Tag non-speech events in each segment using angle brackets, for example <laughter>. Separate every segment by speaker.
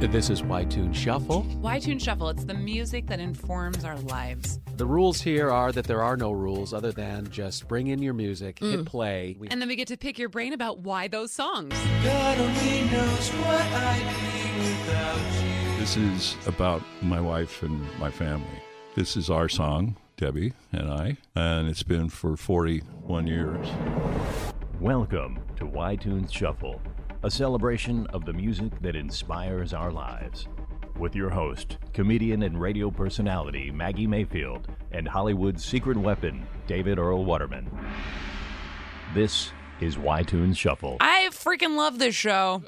Speaker 1: This is Ytune Shuffle.
Speaker 2: Why Tune Shuffle? It's the music that informs our lives.
Speaker 1: The rules here are that there are no rules other than just bring in your music,
Speaker 3: Mm.
Speaker 1: hit play. We-
Speaker 2: And then we get to pick your brain about why those songs.
Speaker 4: This is about my wife and my family. This is our song, Debbie and I, and it's been for 41 years.
Speaker 5: Welcome to Ytunes Shuffle, a celebration of the music that inspires our lives. With your host, comedian and radio personality Maggie Mayfield, and Hollywood's secret weapon, David Earl Waterman. This is Ytunes Shuffle.
Speaker 2: I freaking love
Speaker 1: <laughs>
Speaker 2: this show.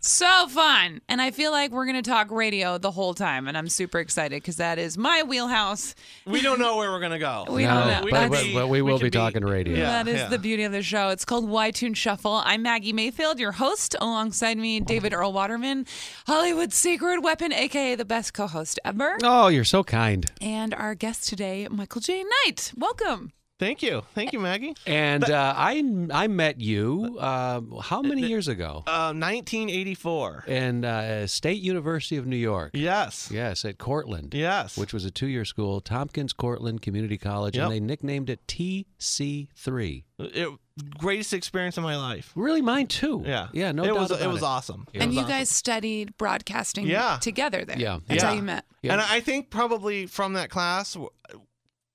Speaker 2: so fun. And I feel like we're going to talk radio the whole time. And I'm super excited because that is my wheelhouse.
Speaker 3: We don't know where we're gonna go.
Speaker 2: <laughs> We don't know.
Speaker 1: But,
Speaker 2: We could
Speaker 1: but-
Speaker 2: be-
Speaker 1: but we will be,
Speaker 3: could
Speaker 1: talking radio.
Speaker 3: Yeah.
Speaker 2: that is the beauty of the show. It's called Why Tune Shuffle. I'm Maggie Mayfield, your host. Alongside me, David Earl Waterman, Hollywood's secret weapon, aka the best co host ever.
Speaker 1: Oh, you're so kind.
Speaker 2: And our guest today, Michael J. Knight. Welcome.
Speaker 3: Thank you, thank you, Maggie.
Speaker 1: And uh, I I met you uh, how many years ago?
Speaker 3: Uh, 1984.
Speaker 1: In uh, State University of New York.
Speaker 3: Yes.
Speaker 1: Yes, at Cortland.
Speaker 3: Yes.
Speaker 1: Which was a two-year school, Tompkins Cortland Community College,
Speaker 3: Yep.
Speaker 1: and they nicknamed it TC3.
Speaker 3: It, greatest experience of my life.
Speaker 1: Really, mine too.
Speaker 3: Yeah.
Speaker 1: yeah, no
Speaker 3: It
Speaker 1: doubt
Speaker 3: was.
Speaker 1: about
Speaker 3: it was awesome. It
Speaker 2: and
Speaker 3: was
Speaker 2: you
Speaker 3: awesome.
Speaker 2: guys studied broadcasting
Speaker 3: Yeah.
Speaker 2: together there.
Speaker 1: Yeah.
Speaker 2: That's how
Speaker 3: Yeah.
Speaker 2: you met.
Speaker 1: Yeah.
Speaker 3: And I think probably from that class, w-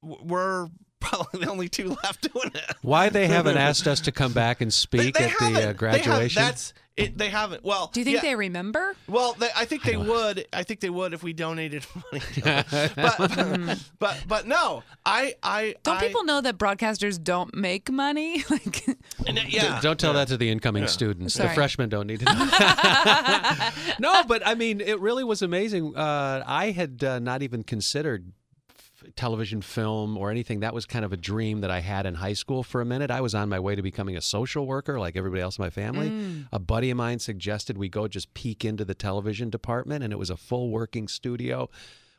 Speaker 3: w- we're probably the only two <laughs> left doing it.
Speaker 1: Why they haven't asked us to come back and speak at the uh,
Speaker 3: haven't. They have,
Speaker 1: graduation?
Speaker 3: that's it. They haven't. Well,
Speaker 2: Do you think
Speaker 3: yeah.
Speaker 2: they remember?
Speaker 3: Well, they, I think they would. I think they would if we donated <laughs> money. to
Speaker 1: <laughs>
Speaker 3: them. but, but but no, I I
Speaker 2: Don't
Speaker 3: I-
Speaker 2: people know that broadcasters don't make money? <laughs> like
Speaker 3: and, uh, yeah.
Speaker 1: Don't tell that to the incoming students. The
Speaker 2: Sorry.
Speaker 1: freshmen don't
Speaker 2: <laughs>
Speaker 1: need to know. <laughs> no, but I mean, it really was amazing. Uh, I had uh, not even considered f- television, film, or anything. That was kind of a dream that I had in high school for a minute. I was on my way to becoming a social worker like everybody else in my family.
Speaker 2: Mm.
Speaker 1: A buddy of mine suggested we go just peek into the television department, and it was a full working studio.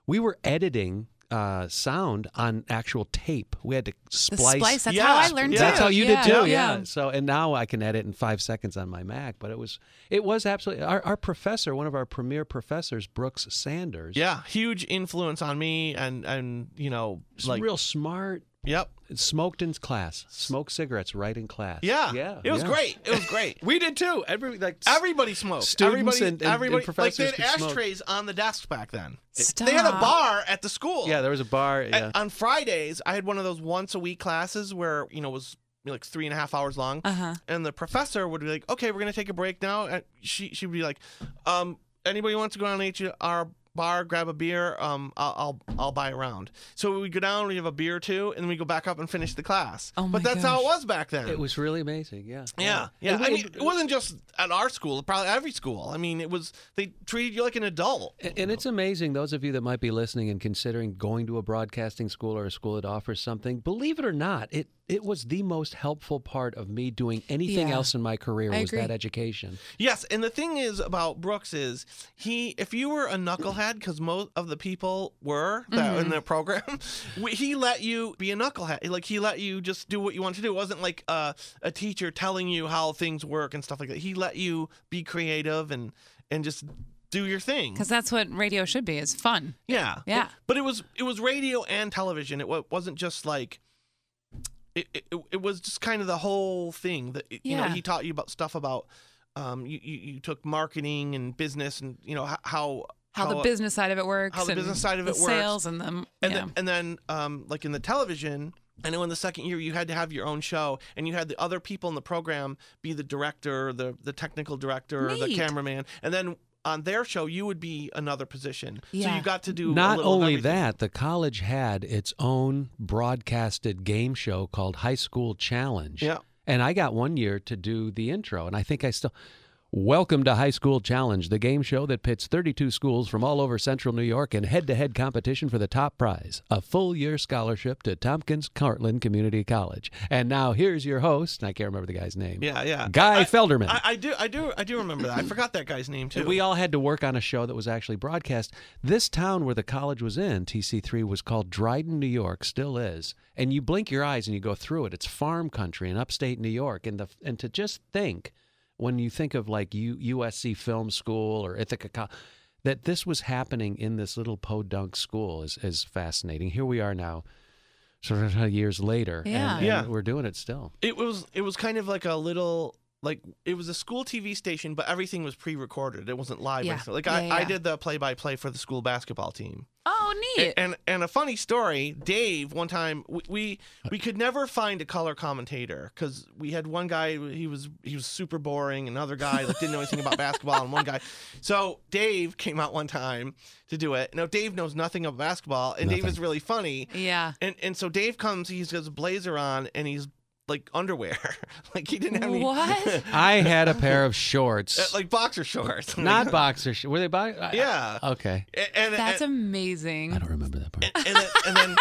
Speaker 1: We were editing. Uh, sound on actual tape. We had to
Speaker 2: the
Speaker 1: splice.
Speaker 2: splice. That's
Speaker 3: Yeah.
Speaker 2: how I learned
Speaker 3: Yeah.
Speaker 2: too.
Speaker 1: That's how you
Speaker 2: yeah.
Speaker 1: did too, yeah. So and now I can edit in five seconds on my Mac, but it was it was absolutely our, our professor, one of our premier professors, Brooks Sanders.
Speaker 3: Yeah, huge influence on me, and and you know,
Speaker 1: was
Speaker 3: like,
Speaker 1: real smart.
Speaker 3: yep,
Speaker 1: Smoked in class, smoked cigarettes right in class.
Speaker 3: yeah,
Speaker 1: yeah.
Speaker 3: it was
Speaker 1: yeah.
Speaker 3: great. It
Speaker 1: <laughs>
Speaker 3: was great.
Speaker 1: We did too. Every like
Speaker 3: Everybody smoked.
Speaker 1: Students
Speaker 3: everybody,
Speaker 1: and- and- and
Speaker 3: everybody,
Speaker 1: professors
Speaker 3: like they
Speaker 1: could
Speaker 3: had
Speaker 1: smoke.
Speaker 3: ashtrays on the desk back then.
Speaker 2: Stop.
Speaker 3: They had a bar at the school.
Speaker 1: yeah, there was a bar. Yeah,
Speaker 3: At- on Fridays, I had one of those once a week classes where you know it was you know, like three and a half hours long,
Speaker 2: Uh-huh.
Speaker 3: and the professor would be like, "Okay, we're gonna take a break now," and she she'd be like, um, "Anybody wants to go down to our bar, grab a beer? Um, I'll I'll, I'll buy a round." So we go down, we have a beer or two, and then we go back up and finish the class.
Speaker 2: Oh
Speaker 3: but
Speaker 2: my
Speaker 3: that's how it was back then.
Speaker 1: it was really amazing. Yeah,
Speaker 3: Yeah, yeah.
Speaker 1: And we-
Speaker 3: I mean, it wasn't just at our school; probably every school. I mean, it was they treated you like an adult.
Speaker 1: A- And it's amazing, those of you that might be listening and considering going to a broadcasting school or a school that offers something, believe it or not, it, it was the most helpful part of me doing anything
Speaker 2: Yeah.
Speaker 1: else in my career
Speaker 2: I
Speaker 1: was
Speaker 2: agree.
Speaker 1: that education.
Speaker 3: Yes, and the thing is about Brooks is he, if you were a knucklehead, because most of the people were that in the program, <laughs> we- he let you be a knucklehead. Like he let you just do what you wanted to do. It wasn't like a, a teacher telling you how things work and stuff like that. He let you be creative and and just do your thing.
Speaker 2: Because that's what radio should be, is fun.
Speaker 3: Yeah.
Speaker 2: Yeah.
Speaker 3: But it was it was radio and television. It wa- wasn't just like it, it, it was just kind of the whole thing that you know
Speaker 2: Yeah.
Speaker 3: he taught you about stuff about um you, you, you took marketing and business and you know ho- how
Speaker 2: How, the
Speaker 3: uh,
Speaker 2: business side of it works.
Speaker 3: how the
Speaker 2: and
Speaker 3: business side of
Speaker 2: the
Speaker 3: it works.
Speaker 2: Sales and the
Speaker 3: and
Speaker 2: yeah.
Speaker 3: then, and then um, like in the television I know in the second year you had to have your own show and you had the other people in the program be the director the the technical director the
Speaker 2: Neat.
Speaker 3: cameraman and then on their show you would be another position so
Speaker 2: Yeah.
Speaker 3: you got to do a
Speaker 1: Not
Speaker 3: little of
Speaker 1: only
Speaker 3: everything.
Speaker 1: that, the college had its own broadcasted game show called High School Challenge.
Speaker 3: Yeah.
Speaker 1: And I got one year to do the intro, and I think I still. Welcome to High School Challenge, the game show that pits 32 schools from all over central New York in head to head competition for the top prize a full year scholarship to Tompkins Cartland Community College. And now here's your host, and I can't remember the guy's name.
Speaker 3: Yeah, yeah.
Speaker 1: Guy
Speaker 3: I-
Speaker 1: Felderman.
Speaker 3: I, I do, I do, I do remember that. I forgot that guy's name too.
Speaker 1: We all had to work on a show that was actually broadcast. This town where the college was in, TC3, was called Dryden, New York, still is. And you blink your eyes and you go through it. It's farm country in upstate New York. And, the, and to just think when you think of like U- USC Film School or Ithaca, Co- that this was happening in this little podunk school is, is fascinating. Here we are now, sort of <laughs> years later, and-
Speaker 2: Yeah.
Speaker 1: and
Speaker 3: Yeah.
Speaker 1: we're doing it still.
Speaker 3: It was it was kind of like a little like it was a school TV station, but everything was pre-recorded. It wasn't live. or
Speaker 2: Yeah.
Speaker 3: anything. Like
Speaker 2: Yeah,
Speaker 3: I,
Speaker 2: yeah,
Speaker 3: I
Speaker 2: yeah.
Speaker 3: did the play-by-play for the school basketball team.
Speaker 2: Oh, neat.
Speaker 3: A- And and a funny story, Dave. One time we we, we could never find a color commentator because we had one guy he was he was super boring, another guy like didn't know anything about basketball, and one guy. <laughs> So Dave came out one time to do it. Now Dave knows nothing about basketball, and Dave
Speaker 1: Nothing.
Speaker 3: is really funny.
Speaker 2: yeah.
Speaker 3: And and so Dave comes, he's got his blazer on, and he's like underwear, <laughs> like he didn't have any
Speaker 2: What?
Speaker 1: I had a pair of shorts,
Speaker 3: <laughs> Uh, like boxer shorts. <laughs>
Speaker 1: not boxer. Sh- were they boxer?
Speaker 3: yeah.
Speaker 1: Okay.
Speaker 3: And, and,
Speaker 2: That's
Speaker 3: and,
Speaker 1: I
Speaker 2: amazing.
Speaker 1: don't remember that part.
Speaker 3: and then,
Speaker 2: <laughs>
Speaker 3: and then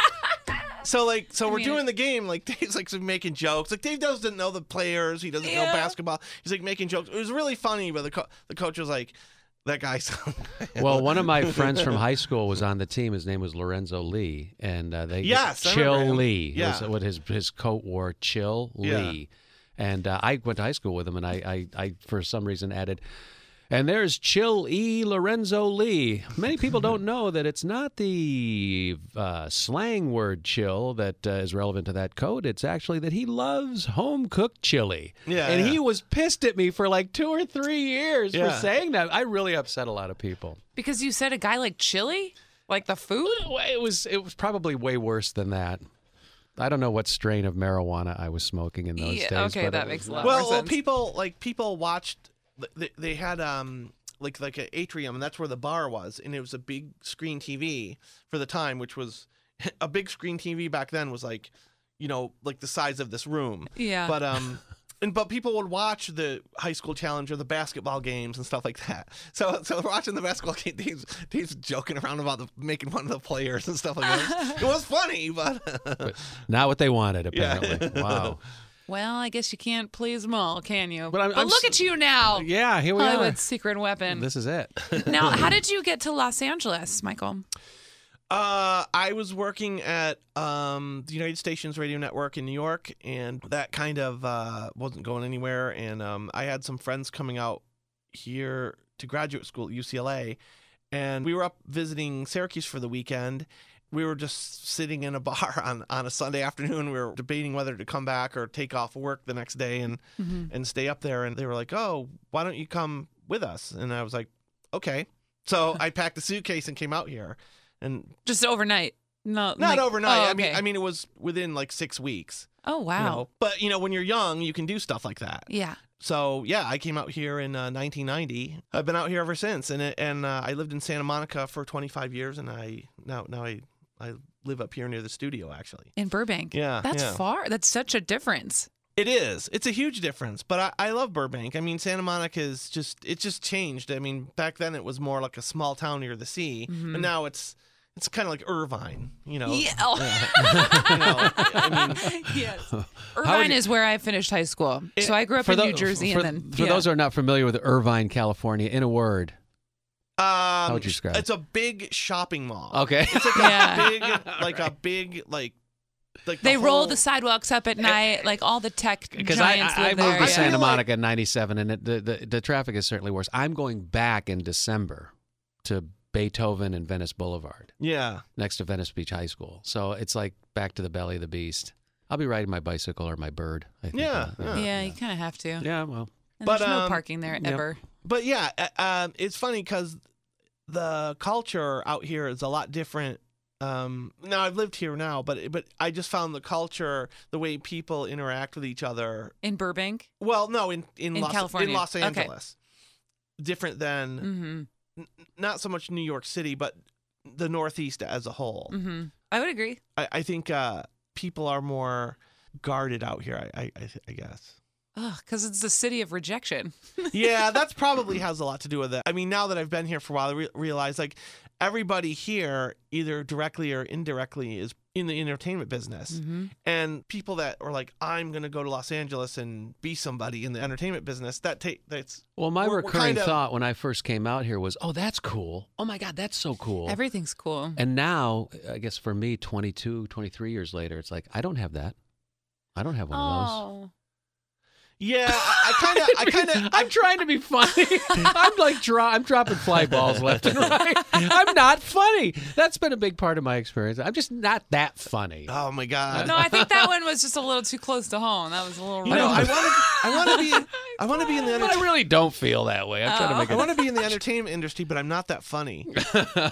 Speaker 3: so like so
Speaker 2: I
Speaker 3: we're
Speaker 2: mean-
Speaker 3: doing the game. Like <laughs> Dave's like making jokes. Like Dave doesn't know the players. He doesn't know
Speaker 2: Yeah.
Speaker 3: basketball. He's like making jokes. It was really funny, but the co- the coach was like, "That guy's." <laughs>
Speaker 1: Well, one of my friends from high school was on the team. His name was Lorenzo Lee, and uh, they
Speaker 3: Yes, I remember
Speaker 1: Chill
Speaker 3: him.
Speaker 1: Lee was
Speaker 3: Yeah.
Speaker 1: what his his coat wore. Chill
Speaker 3: Yeah.
Speaker 1: Lee, and uh, I went to high school with him, and I, I I for some reason added. And there's Chill E. Lorenzo Lee. Many people
Speaker 3: <laughs>
Speaker 1: don't know that it's not the uh, slang word chill that uh, is relevant to that code. It's actually that he loves home cooked chili.
Speaker 3: Yeah,
Speaker 1: And
Speaker 3: yeah.
Speaker 1: he was pissed at me for like two or three years for
Speaker 3: Yeah.
Speaker 1: saying that. I really upset a lot of people.
Speaker 2: Because you said a guy like Chili? Like the food?
Speaker 1: It was it was probably way worse than that. I don't know what strain of marijuana I was smoking in those
Speaker 2: Yeah,
Speaker 1: days.
Speaker 2: okay,
Speaker 1: but
Speaker 2: that
Speaker 1: it
Speaker 2: makes
Speaker 1: was
Speaker 2: a lot
Speaker 1: not-
Speaker 2: more
Speaker 3: well, well,
Speaker 2: sense.
Speaker 3: people like people watched. They, they had um like like an atrium, and that's where the bar was, and it was a big screen TV for the time, which was <laughs> a big screen TV back then was like, you know, like the size of this room.
Speaker 2: Yeah.
Speaker 3: But um. And, but people would watch the high school challenge or the basketball games and stuff like that. <laughs> So so we're watching the basketball game, Dave's, Dave's joking around about the, making fun of the players and stuff like that. it was funny, but <laughs>
Speaker 1: Not what they wanted,
Speaker 3: Yeah.
Speaker 1: apparently. Wow.
Speaker 2: Well, I guess you can't please them all, can you?
Speaker 1: But I'm- I'm
Speaker 2: look
Speaker 1: s-
Speaker 2: at you now.
Speaker 1: Yeah, here we
Speaker 2: Hollywood's secret
Speaker 1: are.
Speaker 2: weapon.
Speaker 1: This is it.
Speaker 2: now, how did you get to Los Angeles, Michael?
Speaker 3: Uh, I was working at um, the United Stations Radio Network in New York, and that kind of uh, wasn't going anywhere. And um, I had some friends coming out here to graduate school at UCLA, and we were up visiting Syracuse for the weekend. We were just sitting in a <laughs> bar on, on a Sunday afternoon. We were debating whether to come back or take off work the next day and and stay up there. And they were like, "Oh, why don't you come with us?" And I was like, "Okay." So I packed a suitcase and came out here. And
Speaker 2: Just overnight? No,
Speaker 3: not
Speaker 2: like-
Speaker 3: overnight.
Speaker 2: oh,
Speaker 3: I mean,
Speaker 2: okay.
Speaker 3: I mean, it was within like six weeks.
Speaker 2: oh wow,
Speaker 3: You know? But you know, when you're young, you can do stuff like that.
Speaker 2: yeah,
Speaker 3: So yeah, I came out here in uh, 1990. I've been out here ever since, and it, and uh, I lived in Santa Monica for 25 years, and I now now I I live up here near the studio actually.
Speaker 2: in Burbank.
Speaker 3: Yeah,
Speaker 2: that's
Speaker 3: yeah.
Speaker 2: far. That's such a difference.
Speaker 3: It is. It's a huge difference, but I, I love Burbank. I mean, Santa Monica is just it just changed. I mean, back then it was more like a small town near the sea,
Speaker 2: Mm-hmm.
Speaker 3: but now it's it's kind of like Irvine, you know.
Speaker 2: Yeah. oh.
Speaker 3: <laughs> You know, I mean,
Speaker 2: <laughs> yes. Irvine
Speaker 1: you-
Speaker 2: is where I finished high school, so I grew up in
Speaker 1: tho-
Speaker 2: New Jersey,
Speaker 1: for,
Speaker 2: and then
Speaker 1: for
Speaker 2: yeah.
Speaker 1: those who are not familiar with Irvine, California, in a word.
Speaker 3: Um,
Speaker 1: would you describe
Speaker 3: It's a big shopping mall.
Speaker 1: Okay.
Speaker 3: It's like <laughs>
Speaker 2: Yeah. <laughs>
Speaker 3: a big, like a big, like, like
Speaker 2: they roll
Speaker 3: whole-
Speaker 2: the sidewalks up at night, like all the tech
Speaker 1: <laughs> Because
Speaker 2: giants
Speaker 1: I, I, I
Speaker 2: live
Speaker 1: moved to
Speaker 2: there.
Speaker 3: I
Speaker 2: yeah.
Speaker 3: feel
Speaker 1: Santa
Speaker 3: like-
Speaker 1: Monica in '97, and it, the, the the traffic is certainly worse. I'm going back in December to Beethoven and Venice Boulevard.
Speaker 3: Yeah.
Speaker 1: next to Venice Beach High School. So it's like back to the belly of the beast. I'll be riding my bicycle or my bird. I think. uh,
Speaker 3: Yeah,
Speaker 1: Yeah.
Speaker 3: yeah.
Speaker 2: yeah, you kind of have to.
Speaker 1: Yeah, well,
Speaker 2: And
Speaker 3: But,
Speaker 2: there's no
Speaker 3: um,
Speaker 2: parking there
Speaker 1: yep.
Speaker 2: ever.
Speaker 3: But yeah, uh, um, it's funny because the culture out here is a lot different. Um, now I've lived here now, but but I just found the culture, the way people interact with each other.
Speaker 2: in Burbank.
Speaker 3: Well, no, in in,
Speaker 2: In
Speaker 3: Los,
Speaker 2: California.
Speaker 3: in Los
Speaker 2: Okay.
Speaker 3: Angeles, different than
Speaker 2: hmm
Speaker 3: not so much New York City, but the Northeast as a whole.
Speaker 2: hmm I would agree.
Speaker 3: I, I think uh, people are more guarded out here. I, I, I, I guess.
Speaker 2: Oh, because it's the city of rejection.
Speaker 3: Yeah, that's probably has a lot to do with it. I mean, now that I've been here for a while, I re- realize like everybody here, either directly or indirectly, is in the entertainment business. And people that are like, I'm gonna go to Los Angeles and be somebody in the entertainment business. That take that's
Speaker 1: well, my
Speaker 3: We're- we're
Speaker 1: recurring
Speaker 3: kind of-
Speaker 1: thought when I first came out here was, "Oh, that's cool. Oh my God, that's so cool."
Speaker 2: Everything's cool.
Speaker 1: and now, I guess for me,
Speaker 2: Oh.
Speaker 1: 22, 23 years later, it's like I don't have that. I don't have one of those.
Speaker 3: Yeah, I kind of, <laughs> I
Speaker 1: <laughs>
Speaker 3: kind of,
Speaker 1: I'm trying to be
Speaker 3: <laughs>
Speaker 1: funny. I'm like dro- I'm dropping fly balls left and
Speaker 3: <laughs>
Speaker 1: right. I'm not funny. That's been a big part of my experience. I'm just not that funny.
Speaker 3: oh my god.
Speaker 2: No, I think that one was just a little too close to home. That was a little.
Speaker 3: You know,
Speaker 2: rough.
Speaker 3: I want to, I want to be, I want to be in the,
Speaker 1: But I
Speaker 3: enter-
Speaker 1: really don't feel that way. I'm trying to make
Speaker 3: I
Speaker 1: it.
Speaker 3: want to be in the entertainment industry, but I'm not
Speaker 1: <laughs>
Speaker 3: that funny.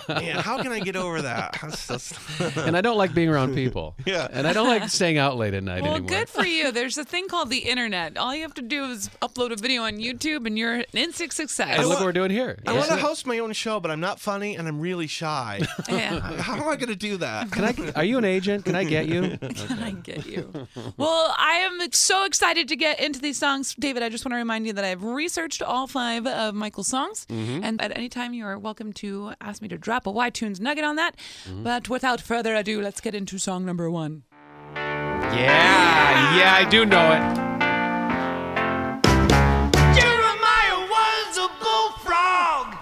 Speaker 3: Man, how can I get over that? That's just-
Speaker 1: And I don't like being around people.
Speaker 3: <laughs> Yeah.
Speaker 1: And I don't like staying out late at night
Speaker 2: well,
Speaker 1: anymore.
Speaker 2: good for
Speaker 1: <laughs>
Speaker 2: you. There's a thing called the internet. All you have to do is upload a video on YouTube, and you're an instant success.
Speaker 1: And
Speaker 3: I
Speaker 1: look
Speaker 3: wa-
Speaker 1: what we're doing here.
Speaker 3: I
Speaker 1: Yeah. <laughs>
Speaker 3: want to host my own show, but I'm not funny and I'm really shy.
Speaker 1: <laughs>
Speaker 2: yeah.
Speaker 3: How am I going to do that?
Speaker 1: Can
Speaker 3: <laughs>
Speaker 1: I? Are you an agent? Can I get you?
Speaker 2: <laughs> I get you. Well, I am so excited to get into these songs. David, I just want to remind you that I've researched all five of Michael's songs.
Speaker 1: Mm-hmm.
Speaker 2: And at any time, you are welcome to ask me to drop a Y Tunes nugget on that.
Speaker 1: Mm-hmm.
Speaker 2: But without further ado, let's get into song number one.
Speaker 1: Yeah, yeah, I do know it.
Speaker 6: Jeremiah was a bullfrog,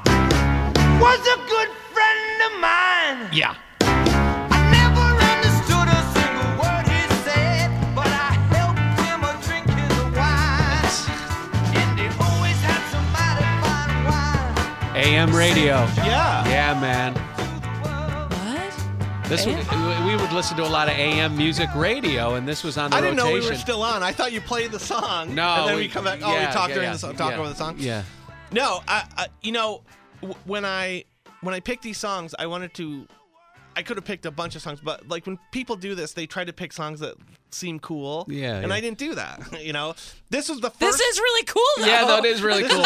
Speaker 6: was a good friend of mine.
Speaker 1: Yeah.
Speaker 6: I never understood a single word he said, but I helped him a drink his wine. And he always had somebody fine wine
Speaker 1: AM radio.
Speaker 3: Yeah.
Speaker 1: Yeah, man.
Speaker 6: through the world.
Speaker 2: What?
Speaker 1: This would, we would listen to a lot of AM music radio, and this was on the
Speaker 3: I didn't know
Speaker 1: rotation.
Speaker 3: we were still on. I thought you played the song.
Speaker 1: no,
Speaker 3: And then we, come back. Oh,
Speaker 1: yeah,
Speaker 3: we talk
Speaker 1: yeah,
Speaker 3: during
Speaker 1: yeah,
Speaker 3: the song, talk
Speaker 1: yeah,
Speaker 3: over the song.
Speaker 1: Yeah.
Speaker 3: No, I, I you know, w- when I when I picked these songs, I wanted to. I could have picked a bunch of songs, but like when people do this, they try to pick songs that seem cool.
Speaker 1: Yeah,
Speaker 3: And
Speaker 1: yeah.
Speaker 3: I didn't do that. <laughs> You know, this was the first.
Speaker 2: This is really cool, though.
Speaker 1: Yeah, no, it is really cool.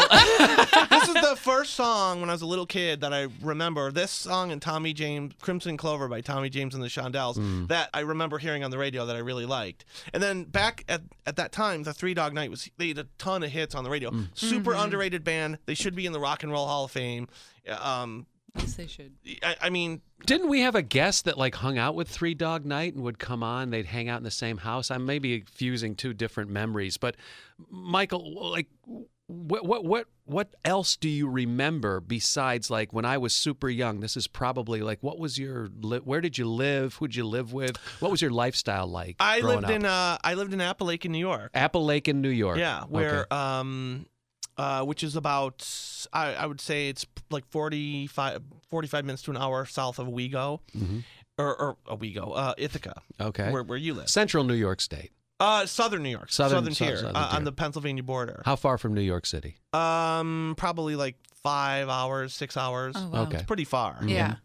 Speaker 3: this is the first song when I was a little kid that I remember. This song and Tommy James, Crimson Clover by Tommy James and the Shondells, that I remember hearing on the radio that I really liked. And then back at, at that time, the Three Dog Night was they had a ton of hits on the radio. Super underrated band. They should be in the Rock and Roll Hall of Fame. Um,
Speaker 2: Yes, they should.
Speaker 3: I, I mean,
Speaker 1: Didn't we have a guest that like hung out with Three Dog Night and would come on? They'd hang out in the same house. I may be fusing two different memories, but Michael, like, what, what, what, what else do you remember besides like when I was super young? This is probably like, what was your, li- where did you live? Who'd you live with? What was your lifestyle like?
Speaker 3: I
Speaker 1: growing
Speaker 3: lived
Speaker 1: up?
Speaker 3: in uh, I lived in Appalachian, New York.
Speaker 1: Appalachian, New York.
Speaker 3: Yeah, where
Speaker 1: Okay.
Speaker 3: um, uh, which is about I, I would say it's like 45, 45 minutes to an hour south of Wego, or, or Owego, uh, Ithaca,
Speaker 1: Mm-hmm. Okay.
Speaker 3: where where you live,
Speaker 1: Central New York State.
Speaker 3: uh, southern New York,
Speaker 1: Southern-
Speaker 3: southern,
Speaker 1: south-
Speaker 3: tier,
Speaker 1: southern
Speaker 3: uh, on
Speaker 1: tier.
Speaker 3: the Pennsylvania border.
Speaker 1: How far from New York City?
Speaker 3: Um, probably like five hours, six hours.
Speaker 2: Oh, wow.
Speaker 1: Okay. Mm-hmm.
Speaker 3: It's pretty far.
Speaker 2: Yeah.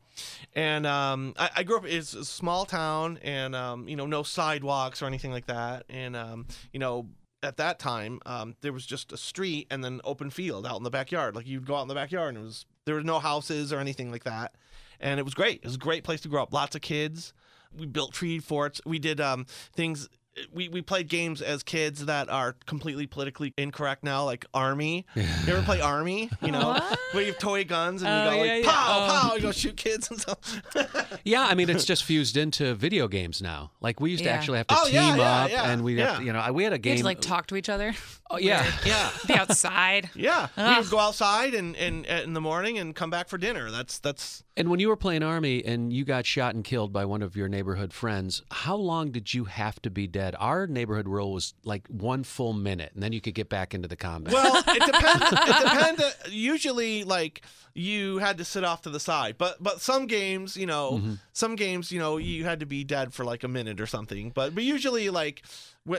Speaker 3: And um, I, I grew up. It's a small town, and um, you know, no sidewalks or anything like that. And um, you know, at that time, um, there was just a street and then open field out in the backyard. Like you'd go out in the backyard, and it was there were no houses or anything like that. And it was great. It was a great place to grow up. Lots of kids. We built tree forts. We did um, things. We, we played games as kids that are completely politically incorrect now, like Army. You ever play Army? You know, where you have toy guns and
Speaker 2: Oh,
Speaker 3: you go
Speaker 2: yeah,
Speaker 3: like
Speaker 2: yeah.
Speaker 3: pow
Speaker 2: Oh.
Speaker 3: pow oh, you go shoot kids and stuff.
Speaker 1: Yeah, I
Speaker 3: <laughs>
Speaker 1: mean it's just fused into video games now. Like we used
Speaker 2: Yeah.
Speaker 1: to actually have to
Speaker 3: Oh,
Speaker 1: team
Speaker 3: yeah, yeah,
Speaker 1: up,
Speaker 3: yeah,
Speaker 1: and we
Speaker 3: yeah.
Speaker 1: have to you know I- we had a
Speaker 2: You
Speaker 1: game.
Speaker 2: have to like talk to each other, <laughs>
Speaker 1: oh, yeah,
Speaker 3: yeah.
Speaker 2: be outside.
Speaker 3: <laughs> Yeah, we would go outside and, and uh, in the morning and come back for dinner. That's that's
Speaker 1: <laughs> and when you were playing army and you got shot and killed by one of your neighborhood friends, how long did you have to be dead? Our neighborhood rule was like one full minute, and then you could get back into the combat.
Speaker 3: well,
Speaker 1: <laughs>
Speaker 3: it depends. it depends. uh, Usually, like you had to sit off to the side, but but some games, you know,
Speaker 1: Mm-hmm.
Speaker 3: some games, you know, you had to be dead for like a minute or something. But but usually, like wh-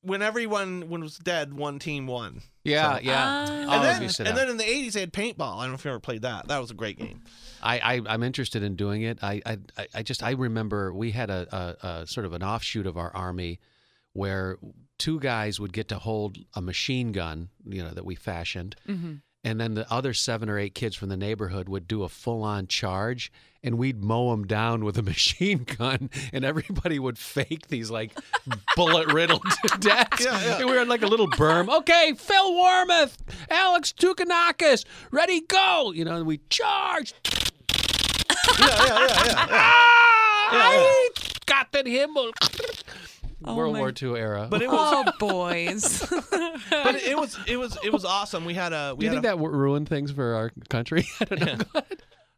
Speaker 3: when everyone when was dead, one team won.
Speaker 1: yeah, yeah.
Speaker 2: Ah.
Speaker 1: All
Speaker 3: And
Speaker 1: of
Speaker 3: then,
Speaker 1: Oh, you sit
Speaker 3: and
Speaker 1: out.
Speaker 3: then in the 80s, they had paintball. I don't know if you ever played that. That was a
Speaker 1: <laughs>
Speaker 3: great game.
Speaker 1: I, I I'm interested in doing it. I I, I- I just I remember we had a, a, a sort of an offshoot of our army where two guys would get to hold a machine gun, you know, that we fashioned.
Speaker 3: Mm-hmm.
Speaker 1: And then the other seven or eight kids from the neighborhood would do a full on charge, and we'd mow them down with a <laughs> machine gun, and everybody would fake these like <laughs> bullet riddled <laughs> deaths.
Speaker 3: Yeah, yeah.
Speaker 1: And we were in like a little berm. Okay, Phil Warmoth, Alex Tukanakis, ready, go. You know, and we charge. Ah! I got that hymnal. World
Speaker 2: my-
Speaker 1: War II era.
Speaker 3: But it was
Speaker 2: Oh, boys.
Speaker 3: but it was it was it was awesome. We had a we
Speaker 1: do you
Speaker 3: had
Speaker 1: think
Speaker 3: a,
Speaker 1: that w- ruined things for our country? I don't know.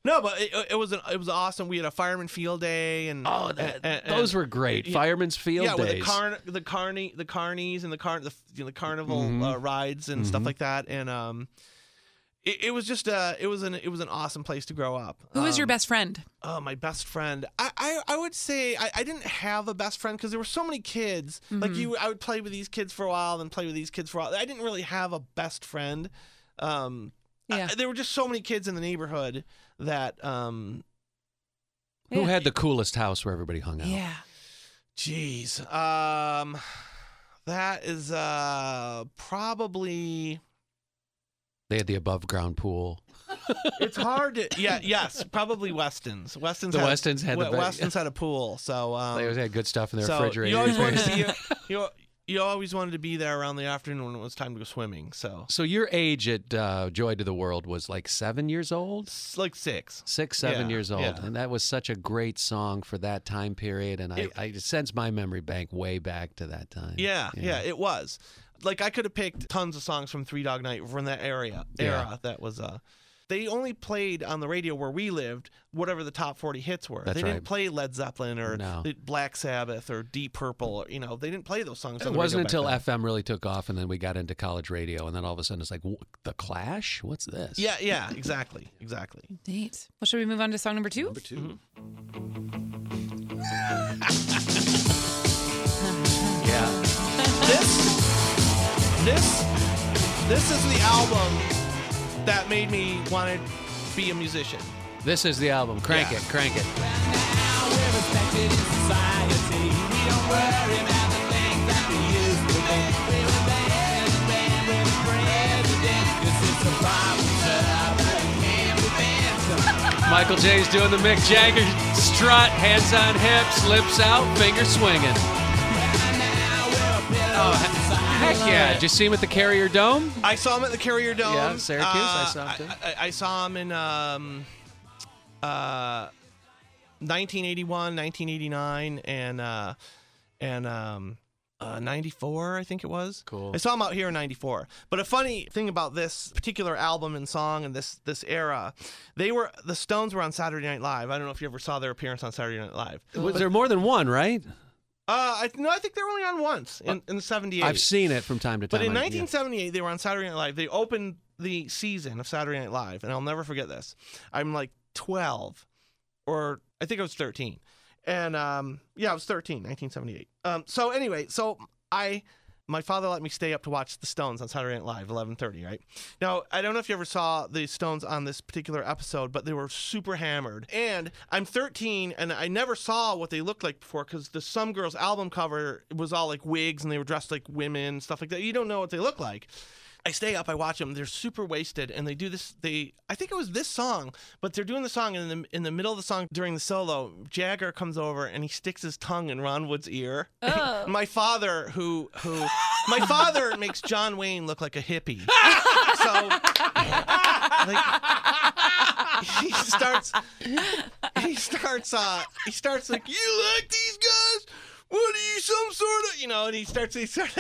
Speaker 3: No, but it, it was an, it was awesome. We had a fireman field day and
Speaker 1: <laughs> Oh, that, those were great.
Speaker 3: Eh, yeah.
Speaker 1: Fireman's Field
Speaker 3: yeah,
Speaker 1: days.
Speaker 3: with the carn the carney the carnies and the car the, you know, the carnival
Speaker 1: Mm-hmm.
Speaker 3: uh, rides and stuff like that. And um, it, it was just uh, it was an it was an awesome place to grow up.
Speaker 2: <laughs> Who was your
Speaker 3: Um,
Speaker 2: best friend?
Speaker 3: Oh, my best friend. I, I, I would say I, I didn't have a best friend because there were so many kids.
Speaker 2: Mm-hmm.
Speaker 3: Like you, I would play with these kids for a while, then play with these kids for a while. I didn't really have a best friend. Um, I-
Speaker 2: Yeah.
Speaker 3: there were just so many kids in the neighborhood that, um,
Speaker 1: Who
Speaker 2: Yeah.
Speaker 1: had the coolest house where everybody hung out?
Speaker 2: Yeah.
Speaker 3: jeez, um, that is uh probably
Speaker 1: They had the above ground pool.
Speaker 3: it's hard to yeah yes probably Weston's Weston's
Speaker 1: The
Speaker 3: had,
Speaker 1: Westons had the
Speaker 3: We-
Speaker 1: best-
Speaker 3: Weston's had a pool so
Speaker 1: <laughs>
Speaker 3: um,
Speaker 1: They always had good stuff in their refrigerator.
Speaker 3: You always wanted to be, you, you always wanted to be there around the afternoon when it was time to go swimming. So
Speaker 1: <laughs> so your age at uh, Joy to the World was like seven years old,
Speaker 3: it's like six.
Speaker 1: six, seven
Speaker 3: Yeah,
Speaker 1: years old,
Speaker 3: yeah.
Speaker 1: and that was such a great song for that time period. And I,
Speaker 3: It-
Speaker 1: I sense my memory bank way back to that time.
Speaker 3: Yeah, yeah, it was. Like I could have picked tons of songs from Three Dog Night from that area era.
Speaker 1: Yeah.
Speaker 3: That was uh they only played on the radio where we lived whatever the top 40 hits were.
Speaker 1: That's
Speaker 3: they
Speaker 1: right.
Speaker 3: didn't play Led Zeppelin or
Speaker 1: No.
Speaker 3: the Black Sabbath or Deep Purple or you know, they didn't play those songs. on
Speaker 1: It
Speaker 3: the
Speaker 1: wasn't
Speaker 3: radio
Speaker 1: until
Speaker 3: back then.
Speaker 1: FM really took off, and then we got into college radio, and then all of a sudden it's like, "Wh- the Clash? What's this?
Speaker 3: Yeah, yeah, exactly. Exactly.
Speaker 2: Neat. Well, should we move on to song number two? Number
Speaker 1: two.
Speaker 3: Yeah. this this this is the album that made me want to be a musician.
Speaker 1: This is the album. Crank
Speaker 3: Yeah.
Speaker 1: it, crank it. Michael J's doing the Mick Jagger strut, hands on hips, lips out, fingers swinging. Oh, heck yeah. Did you see him at the Carrier Dome?
Speaker 3: I saw him at the Carrier Dome. Uh,
Speaker 1: Yeah, Syracuse, I saw him, too.
Speaker 3: I, I- I saw him in um, uh, 1981, 1989, and uh, and um, uh, 94, I think it was.
Speaker 1: Cool.
Speaker 3: I saw him out here in 94. But a funny thing about this particular album and song and this this era, they were the Stones were on Saturday Night Live. I don't know if you ever saw their appearance on Saturday Night Live.
Speaker 1: Was there more than one, right?
Speaker 3: Uh, I, no, I think they were only on once in, in 78.
Speaker 1: Uh, I've seen it from time to time.
Speaker 3: But in
Speaker 1: I- yeah.
Speaker 3: 1978, they were on Saturday Night Live. They opened the season of Saturday Night Live, and I'll never forget this. I'm like 12, or I think I was 13, and um, yeah, I was 13, 1978. Um, so anyway, so I. My father let me stay up to watch the Stones on Saturday Night Live, 11:30. Right now, I don't know if you ever saw the Stones on this particular episode, but they were super hammered. And I'm 13, and I never saw what they looked like before because the Some Girls album cover was all like wigs, and they were dressed like women, stuff like that. You don't know what they look like. I stay up, I watch them. They're super wasted, and they do this. They, I think it was this song, but they're doing the song, and in the, in the middle of the song during the solo, Jagger comes over and he sticks his tongue in Ron Wood's ear. <laughs> my father, who who, my father makes John Wayne look like a hippie. so, like, he starts, he starts, uh, he starts like, you like these guys? What are you, some sort of, you know? And he starts, he starts,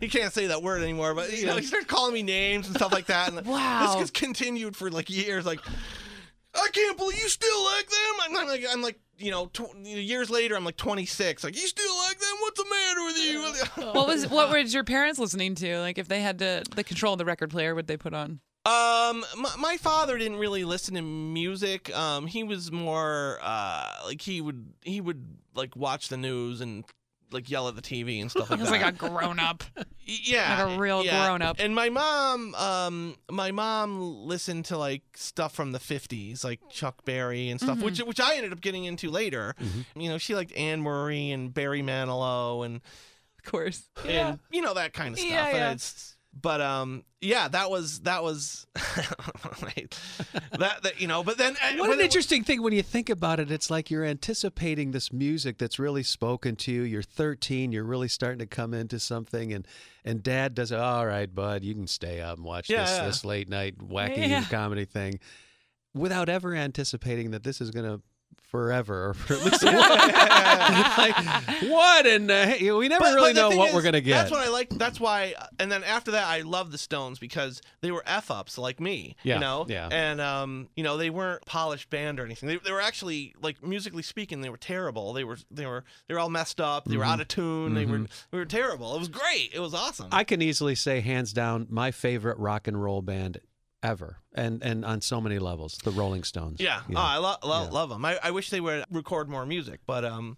Speaker 3: he can't say that word anymore, but you know, he starts calling me names and stuff like that. And
Speaker 2: Wow.
Speaker 3: this just continued for like years. Like, I can't believe you still like them. I'm, I'm like, I'm like, you know, tw- years later, I'm like 26. Like, you still like them? What's the matter with you?
Speaker 2: What was what were your parents listening to? Like if they had to the control of the record player, would they put on?
Speaker 3: Um, my, my father didn't really listen to music. Um, he was more uh like he would he would like watch the news and like yell at the TV and
Speaker 2: <laughs>
Speaker 3: stuff like
Speaker 2: It was
Speaker 3: that.
Speaker 2: like a grown up.
Speaker 3: yeah,
Speaker 2: like a real
Speaker 3: yeah.
Speaker 2: grown-up.
Speaker 3: And my mom, um, my mom listened to like stuff from the '50s, like Chuck Berry and
Speaker 2: Mm-hmm.
Speaker 3: stuff, which which I ended up getting into later. You know, she liked Anne Marie and Barry Manilow and
Speaker 2: Of course.
Speaker 3: and you know that kind of stuff.
Speaker 2: Yeah,
Speaker 3: And
Speaker 2: yeah.
Speaker 3: it's- but um, yeah, that was that was <laughs> right. that that you know. But then
Speaker 1: What an interesting thing when you think about it. It's like you're anticipating this music that's really spoken to you. You're 13. You're really starting to come into something, and and Dad does it. All right, bud, you can stay up and watch this
Speaker 3: Yeah.
Speaker 1: this late night wacky <laughs>
Speaker 2: Yeah.
Speaker 1: comedy thing, without ever anticipating that this is going to forever, or for at least <laughs> a while. like, what in the? he- We never
Speaker 3: But-
Speaker 1: really
Speaker 3: but the
Speaker 1: know
Speaker 3: thing
Speaker 1: what
Speaker 3: is,
Speaker 1: we're gonna get.
Speaker 3: That's what I like. That's why. And then after that, I love the Stones because they were f ups like me.
Speaker 1: Yeah,
Speaker 3: You know.
Speaker 1: yeah.
Speaker 3: And um, you know, they weren't polished band or anything. They, they were actually like musically speaking, they were terrible. They were they were they were all messed up. They were
Speaker 1: Mm-hmm.
Speaker 3: out of tune. They were they were terrible. It was great. It was awesome.
Speaker 1: I can easily say, hands down, my favorite rock and roll band ever, and and on so many levels, the Rolling Stones.
Speaker 3: yeah.
Speaker 1: You know?
Speaker 3: Oh, I lo- lo-
Speaker 1: Yeah.
Speaker 3: love them. I, I wish they would record more music, but um.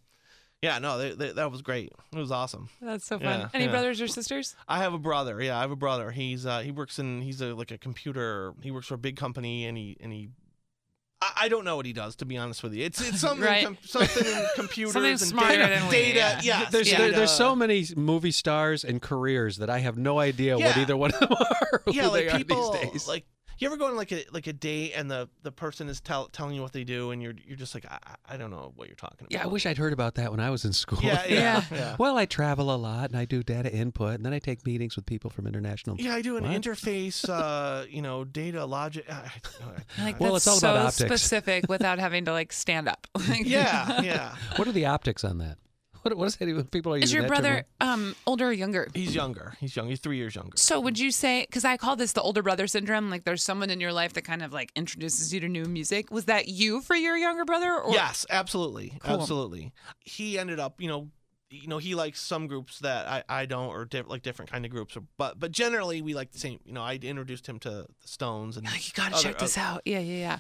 Speaker 3: Yeah, no, they, they, that was great. It was awesome.
Speaker 2: That's so fun.
Speaker 3: Yeah,
Speaker 2: Any
Speaker 3: yeah.
Speaker 2: brothers or sisters?
Speaker 3: I have a brother. Yeah, I have a brother. He's uh, he works in he's a like a computer. He works for a big company, and he and he. I, I don't know what he does to be honest with you. It's it's something
Speaker 2: Right.
Speaker 3: com-
Speaker 1: <laughs>
Speaker 3: something in computers
Speaker 2: Something
Speaker 3: and
Speaker 2: smarter
Speaker 3: data.
Speaker 2: than we,
Speaker 3: data uh,
Speaker 2: yeah.
Speaker 3: yes,
Speaker 1: There's
Speaker 2: Yeah.
Speaker 1: there,
Speaker 3: data.
Speaker 1: there's so many movie stars and careers that I have no idea what
Speaker 3: Yeah.
Speaker 1: either one of <laughs> them are. or
Speaker 3: yeah
Speaker 1: who
Speaker 3: like
Speaker 1: they
Speaker 3: people
Speaker 1: are these days.
Speaker 3: like you ever go on like a like a date and the the person is tell, telling you what they do and you're you're just like I, I- I don't know what you're talking about.
Speaker 1: yeah, I wish I'd heard about that when I was in <laughs> school.
Speaker 3: Yeah, yeah,
Speaker 2: Yeah.
Speaker 3: yeah.
Speaker 1: Well, I travel a lot and I do data input, and then I take meetings with people from international.
Speaker 3: Yeah, I do an
Speaker 1: What?
Speaker 3: interface, uh, you know, data logic. I,
Speaker 2: <laughs>
Speaker 3: I-
Speaker 2: Like
Speaker 1: Well,
Speaker 2: that's
Speaker 1: it's all
Speaker 2: so
Speaker 1: about optics.
Speaker 2: specific without having to like stand up. Like-
Speaker 3: <laughs> <laughs> yeah,
Speaker 2: <laughs>
Speaker 3: yeah.
Speaker 1: What are the optics on that? What, what is that? even- People are
Speaker 2: Is
Speaker 1: using
Speaker 2: your
Speaker 1: that term
Speaker 2: brother
Speaker 1: now?
Speaker 2: um older or younger?
Speaker 3: He's younger. He's young. He's three years younger.
Speaker 2: So would you say because I call this the older brother syndrome? Like there's someone in your life that kind of like introduces you to new music. Was that you for your younger brother? Or
Speaker 3: yes, absolutely,
Speaker 2: Cool.
Speaker 3: absolutely. He ended up, you know, you know, he likes some groups that I, I don't, or diff, like different kind of groups, or, but but generally we like the same. You know, I introduced him to the Stones and
Speaker 2: Like you gotta
Speaker 3: other-
Speaker 2: Oh, check this out. Yeah, yeah, yeah.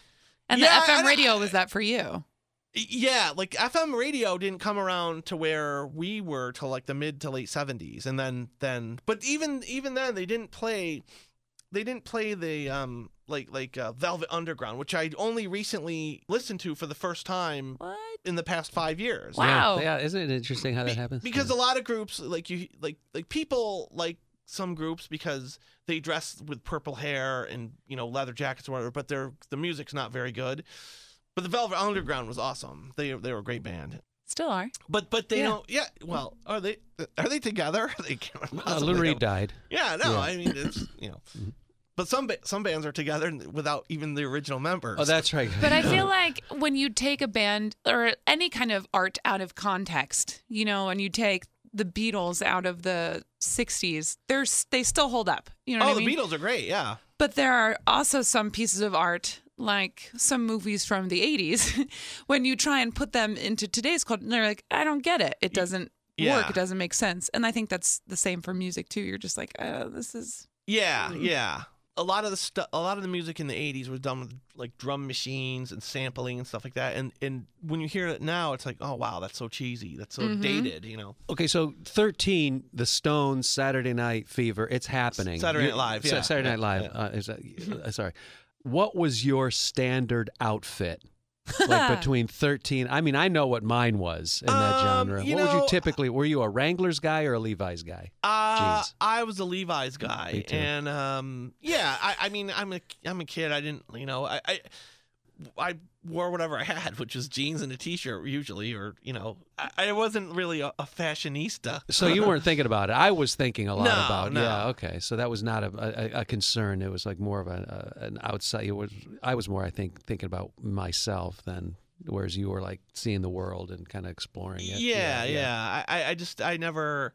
Speaker 2: And
Speaker 3: Yeah,
Speaker 2: the
Speaker 3: I-
Speaker 2: FM
Speaker 3: I-
Speaker 2: radio was that for you?
Speaker 3: Yeah, like FM radio didn't come around to where we were till like the mid to late seventies, and then then, but even even then they didn't play, they didn't play the um like like uh, Velvet Underground, which I only recently listened to for the first time
Speaker 2: What?
Speaker 3: in the past five years.
Speaker 2: Wow.
Speaker 1: Yeah, isn't it interesting how that
Speaker 3: Be-
Speaker 1: happens?
Speaker 3: Because
Speaker 1: yeah.
Speaker 3: a lot of groups like you like like people like some groups because they dress with purple hair and you know leather jackets or whatever, but their the music's not very good. But the Velvet Underground was awesome. They they were a great band.
Speaker 2: Still are.
Speaker 3: But but they
Speaker 2: Yeah.
Speaker 3: don't. Yeah. Well, are they are they together? <laughs> they can't
Speaker 1: Uh,
Speaker 3: possibly
Speaker 1: Lou Reed
Speaker 3: have-
Speaker 1: died.
Speaker 3: Yeah. No.
Speaker 1: Yeah.
Speaker 3: I mean, it's you know. But some ba- some bands are together without even the original members.
Speaker 1: Oh, that's right. <laughs>
Speaker 2: But I feel like when you take a band or any kind of art out of context, you know, and you take the Beatles out of the 60s, they're, s- they still hold up. You know
Speaker 3: oh,
Speaker 2: what I
Speaker 3: the
Speaker 2: mean?
Speaker 3: Beatles are great. Yeah.
Speaker 2: But there are also some pieces of art, like some movies from the 80s, <laughs> when you try and put them into today's culture, they're like, I don't get it. It doesn't work.
Speaker 3: yeah.
Speaker 2: It doesn't make sense. And I think that's the same for music, too. You're just like, uh, this is.
Speaker 3: Yeah, yeah. A lot of the stuff, a lot of the music in the '80s was done with like drum machines and sampling and stuff like that. And and when you hear it now, it's like, oh wow, that's so cheesy, that's so dated, you know.
Speaker 1: Okay, so 13, The Stones, Saturday Night Fever, it's happening.
Speaker 3: Saturday
Speaker 1: You-
Speaker 3: Night Live,
Speaker 1: Sa-
Speaker 3: yeah.
Speaker 1: Saturday Night
Speaker 3: Yeah,
Speaker 1: Live. Uh, is that- uh, sorry. What was your standard outfit?
Speaker 3: <laughs>
Speaker 1: like between 13 I mean I know what mine was in that
Speaker 3: Um,
Speaker 1: genre.
Speaker 3: you
Speaker 1: What would you
Speaker 3: know-
Speaker 1: typically were you a Wranglers guy or a Levi's guy?
Speaker 3: Uh,
Speaker 1: Jeez.
Speaker 3: I was a Levi's
Speaker 1: Me
Speaker 3: guy,
Speaker 1: too.
Speaker 3: and um, yeah, I, I mean, I'm a I'm a kid. I didn't, you know, I, I I wore whatever I had, which was jeans and a t-shirt usually, or you know, I, I wasn't really a, a fashionista.
Speaker 1: So you
Speaker 3: <laughs>
Speaker 1: weren't thinking about it. I was thinking a lot
Speaker 3: No,
Speaker 1: about
Speaker 3: no.
Speaker 1: yeah. Okay, so that was not a, a, a concern. It was like more of a, a an outside. It was I was more I think thinking about myself than whereas you were like seeing the world and kind of exploring it.
Speaker 3: Yeah, yeah. I, I- I just, I never,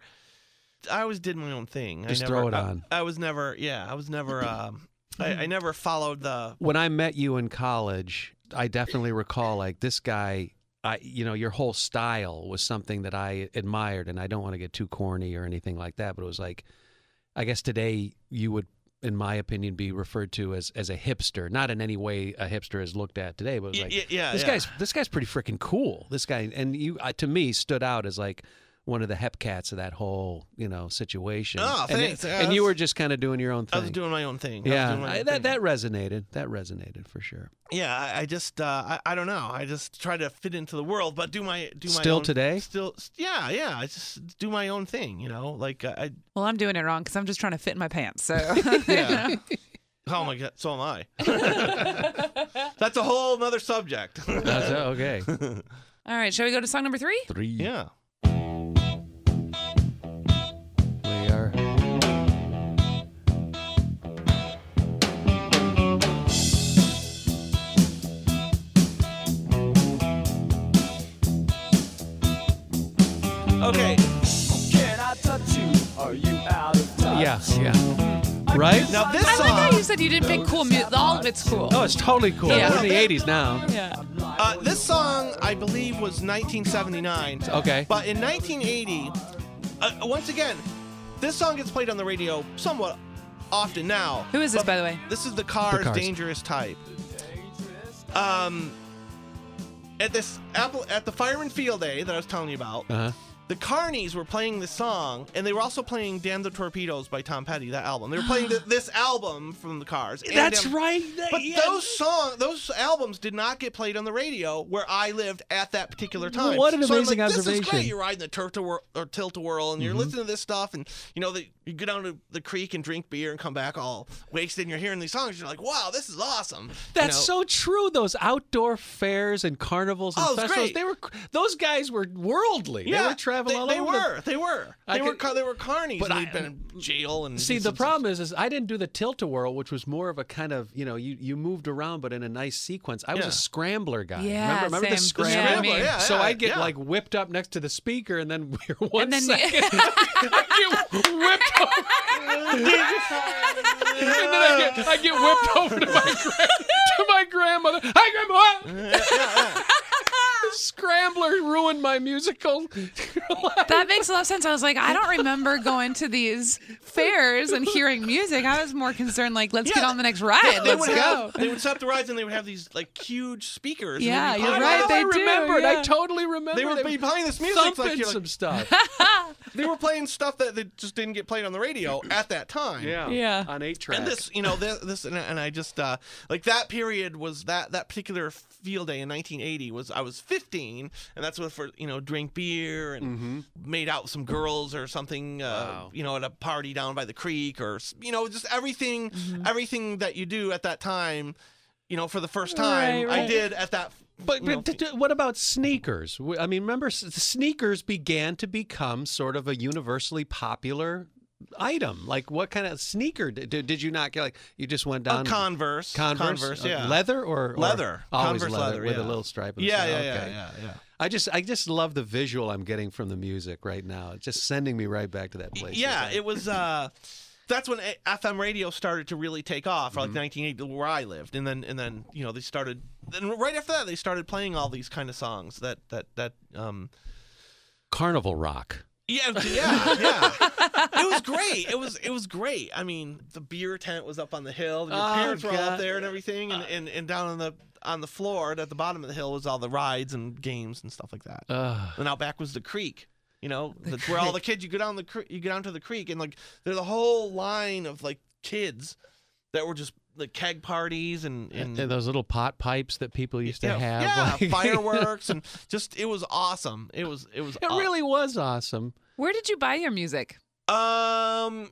Speaker 3: I always did my own thing.
Speaker 1: Just
Speaker 3: I never,
Speaker 1: throw it
Speaker 3: I-
Speaker 1: on.
Speaker 3: I, was never, yeah, I was never, um,
Speaker 1: <clears throat>
Speaker 3: I, I never followed the.
Speaker 1: Uh, When I met you in college, I definitely recall like this guy. I you know your whole style was something that I admired, and I don't want to get too corny or anything like that, but it was like, I guess today you would. In my opinion, be referred to as as a hipster, not in any way a hipster is looked at today, but it was
Speaker 3: y-
Speaker 1: like
Speaker 3: y- yeah,
Speaker 1: this
Speaker 3: yeah.
Speaker 1: guy's this guy's pretty freaking cool. This guy and you uh, to me stood out as like one of the hepcats of that whole you know situation.
Speaker 3: Oh,
Speaker 1: and,
Speaker 3: thanks. Yeah,
Speaker 1: and you
Speaker 3: that's-
Speaker 1: were just kind of doing your own
Speaker 3: I
Speaker 1: thing.
Speaker 3: was doing my own thing. I was
Speaker 1: yeah,
Speaker 3: doing my
Speaker 1: I-
Speaker 3: own
Speaker 1: that
Speaker 3: thing.
Speaker 1: that resonated. That resonated for sure.
Speaker 3: Yeah, I, I just, uh, I, I don't know. I just try to fit into the world, but do my, do my
Speaker 1: Still
Speaker 3: own-
Speaker 1: today?
Speaker 3: Still, yeah, yeah. I just do my own thing. You know, like uh,
Speaker 2: <laughs>
Speaker 3: I.
Speaker 2: Well, I'm doing it wrong because I'm just trying to fit in my pants.
Speaker 3: <laughs>
Speaker 2: So,
Speaker 3: Yeah. Oh my god, so am I. <laughs> That's a whole
Speaker 1: <laughs>
Speaker 3: nother subject.
Speaker 1: That's- okay.
Speaker 2: all right, shall we go to song number three?
Speaker 1: Three.
Speaker 3: yeah.
Speaker 1: <laughs> We are. Yeah, yeah. Right?
Speaker 3: Now this
Speaker 2: I
Speaker 3: song, Oh.
Speaker 2: like how you said you didn't pick cool music. All of it's cool.
Speaker 1: No, it's totally cool.
Speaker 2: Yeah.
Speaker 1: We're in the 80s now.
Speaker 2: Yeah.
Speaker 3: uh, this song, I believe, was 1979.
Speaker 1: Okay.
Speaker 3: But in 1980, uh, once again, this song gets played on the radio somewhat often now.
Speaker 2: Who is this,
Speaker 3: But
Speaker 2: by the way?
Speaker 3: This is the Cars,
Speaker 1: The Cars.
Speaker 3: Dangerous Type. Um, at this Apple at the Fireman Field Day that I was telling you about,
Speaker 1: Uh-huh.
Speaker 3: the Carnies were playing this song, and they were also playing "Damn the Torpedoes" by Tom Petty. That album. They were
Speaker 1: <gasps>
Speaker 3: playing th- this album from the Cars. and
Speaker 1: That's
Speaker 3: Damn-
Speaker 1: right.
Speaker 3: But
Speaker 1: Yeah.
Speaker 3: those song, those albums did not get played on the radio where I lived at that particular time.
Speaker 1: What an
Speaker 3: So I'm like,
Speaker 1: amazing
Speaker 3: This is great.
Speaker 1: observation. Mm-hmm.
Speaker 3: You're riding the turtle whirl, or tilt a whirl, and you're listening to this stuff, and you know that you go down to the creek and drink beer and come back all wasted, and you're hearing these songs. You're like, wow, this is awesome. You
Speaker 1: That's
Speaker 3: know?
Speaker 1: so true. Those outdoor fairs and carnivals and
Speaker 3: Oh, it's
Speaker 1: festivals,
Speaker 3: great.
Speaker 1: they were those guys were worldly.
Speaker 3: Yeah,
Speaker 1: they were traveling
Speaker 3: they,
Speaker 1: all
Speaker 3: they
Speaker 1: over. the-
Speaker 3: were, they were,
Speaker 1: I
Speaker 3: they were,
Speaker 1: could-
Speaker 3: car- they were carnies.
Speaker 1: But
Speaker 3: and
Speaker 1: I-
Speaker 3: they'd been in jail and
Speaker 1: See,
Speaker 3: did
Speaker 1: the
Speaker 3: some-
Speaker 1: problem is, is I didn't do the tilt a whirl, which was more of a kind of you know you, you moved around, but in a nice sequence. I was
Speaker 3: Yeah.
Speaker 1: a scrambler guy.
Speaker 2: Yeah,
Speaker 1: remember, remember the
Speaker 2: same.
Speaker 1: scrambler?
Speaker 2: Yeah,
Speaker 3: Scrambler,
Speaker 2: me.
Speaker 3: yeah,
Speaker 1: so
Speaker 3: yeah,
Speaker 1: I'd get
Speaker 3: yeah.
Speaker 1: like whipped up next to the speaker, and then <laughs> we were one
Speaker 2: And then <laughs>
Speaker 1: second. I'd get whipped <laughs> over. and then I get, I get
Speaker 2: <laughs>
Speaker 1: whipped over to my gran- to my grandmother. Hi, grandma. <laughs> Scrambler ruined my musical.
Speaker 2: That makes a lot of sense. I was like, I don't remember going to these fairs and hearing music. I was more concerned, like, let's get
Speaker 3: Yeah,
Speaker 2: on the next ride.
Speaker 3: They
Speaker 2: Let's
Speaker 3: would
Speaker 2: go.
Speaker 3: have, they would stop the rides, and they would have these like huge speakers. and they'd
Speaker 2: Yeah,
Speaker 3: be
Speaker 2: you're
Speaker 3: behind
Speaker 2: right,
Speaker 1: Now
Speaker 3: us.
Speaker 1: I
Speaker 2: they do,
Speaker 1: remembered. I
Speaker 2: yeah.
Speaker 1: totally remembered.
Speaker 3: They were
Speaker 1: were
Speaker 3: behind this music. It's
Speaker 1: thumping
Speaker 3: like, you're like,
Speaker 1: some stuff.
Speaker 3: they were playing stuff that they just didn't get played on the radio at that time.
Speaker 2: Yeah.
Speaker 1: On eight track.
Speaker 3: And this, you know, this, this and, and I just uh like that period was that that particular field day in 1980 was I was 15 and that's when for you know drink beer and made out with some girls or something
Speaker 1: Mm-hmm.
Speaker 3: uh,
Speaker 1: Wow.
Speaker 3: you know at a party down by the creek or you know just everything
Speaker 2: Mm-hmm.
Speaker 3: everything that you do at that time you know for the first time
Speaker 2: Right,
Speaker 3: I
Speaker 2: right.
Speaker 3: did at that
Speaker 1: But,
Speaker 3: you know,
Speaker 1: but t- t- what about sneakers? W- I mean, remember, s- sneakers began to become sort of a universally popular item. Like, what kind of sneaker did, did, did you not get? Like, you just went
Speaker 3: a
Speaker 1: down
Speaker 3: Converse
Speaker 1: Converse,
Speaker 3: Converse
Speaker 1: Uh,
Speaker 3: yeah
Speaker 1: leather or, or-
Speaker 3: Leather.
Speaker 1: always
Speaker 3: Converse leather,
Speaker 1: with
Speaker 3: yeah.
Speaker 1: a little stripe. on the
Speaker 3: yeah
Speaker 1: side.
Speaker 3: yeah,
Speaker 1: okay.
Speaker 3: yeah yeah yeah
Speaker 1: I just, I just love the visual I'm getting from the music right now. It's just sending me right back to that place.
Speaker 3: Yeah, it was. Uh, that's when A- FM radio started to really take off, like 1980, where I lived, and then and then you know they started. And right after that, they started playing all these kind of songs that that that. Um,
Speaker 1: Carnival rock. <laughs>
Speaker 3: yeah, yeah, yeah. it was great. It was it was great. I mean, the beer tent was up on the hill. And your
Speaker 1: Oh,
Speaker 3: parents were all up
Speaker 1: God. Uh,
Speaker 3: there and everything, and, and, and down on the on the floor at the bottom of the hill was all the rides and games and stuff like that.
Speaker 1: Ugh.
Speaker 3: And out back was the creek. You know, that's where all the kids you go down the cre- you go down to the creek and like there's a whole line of like kids that were just like keg parties and and,
Speaker 1: and those little pot pipes that people used to
Speaker 3: yeah,
Speaker 1: have.
Speaker 3: yeah,
Speaker 1: like- <laughs>
Speaker 3: fireworks and just it was awesome. It was it was
Speaker 1: It
Speaker 3: aw-
Speaker 1: really was awesome.
Speaker 2: Where did you buy your music?
Speaker 3: um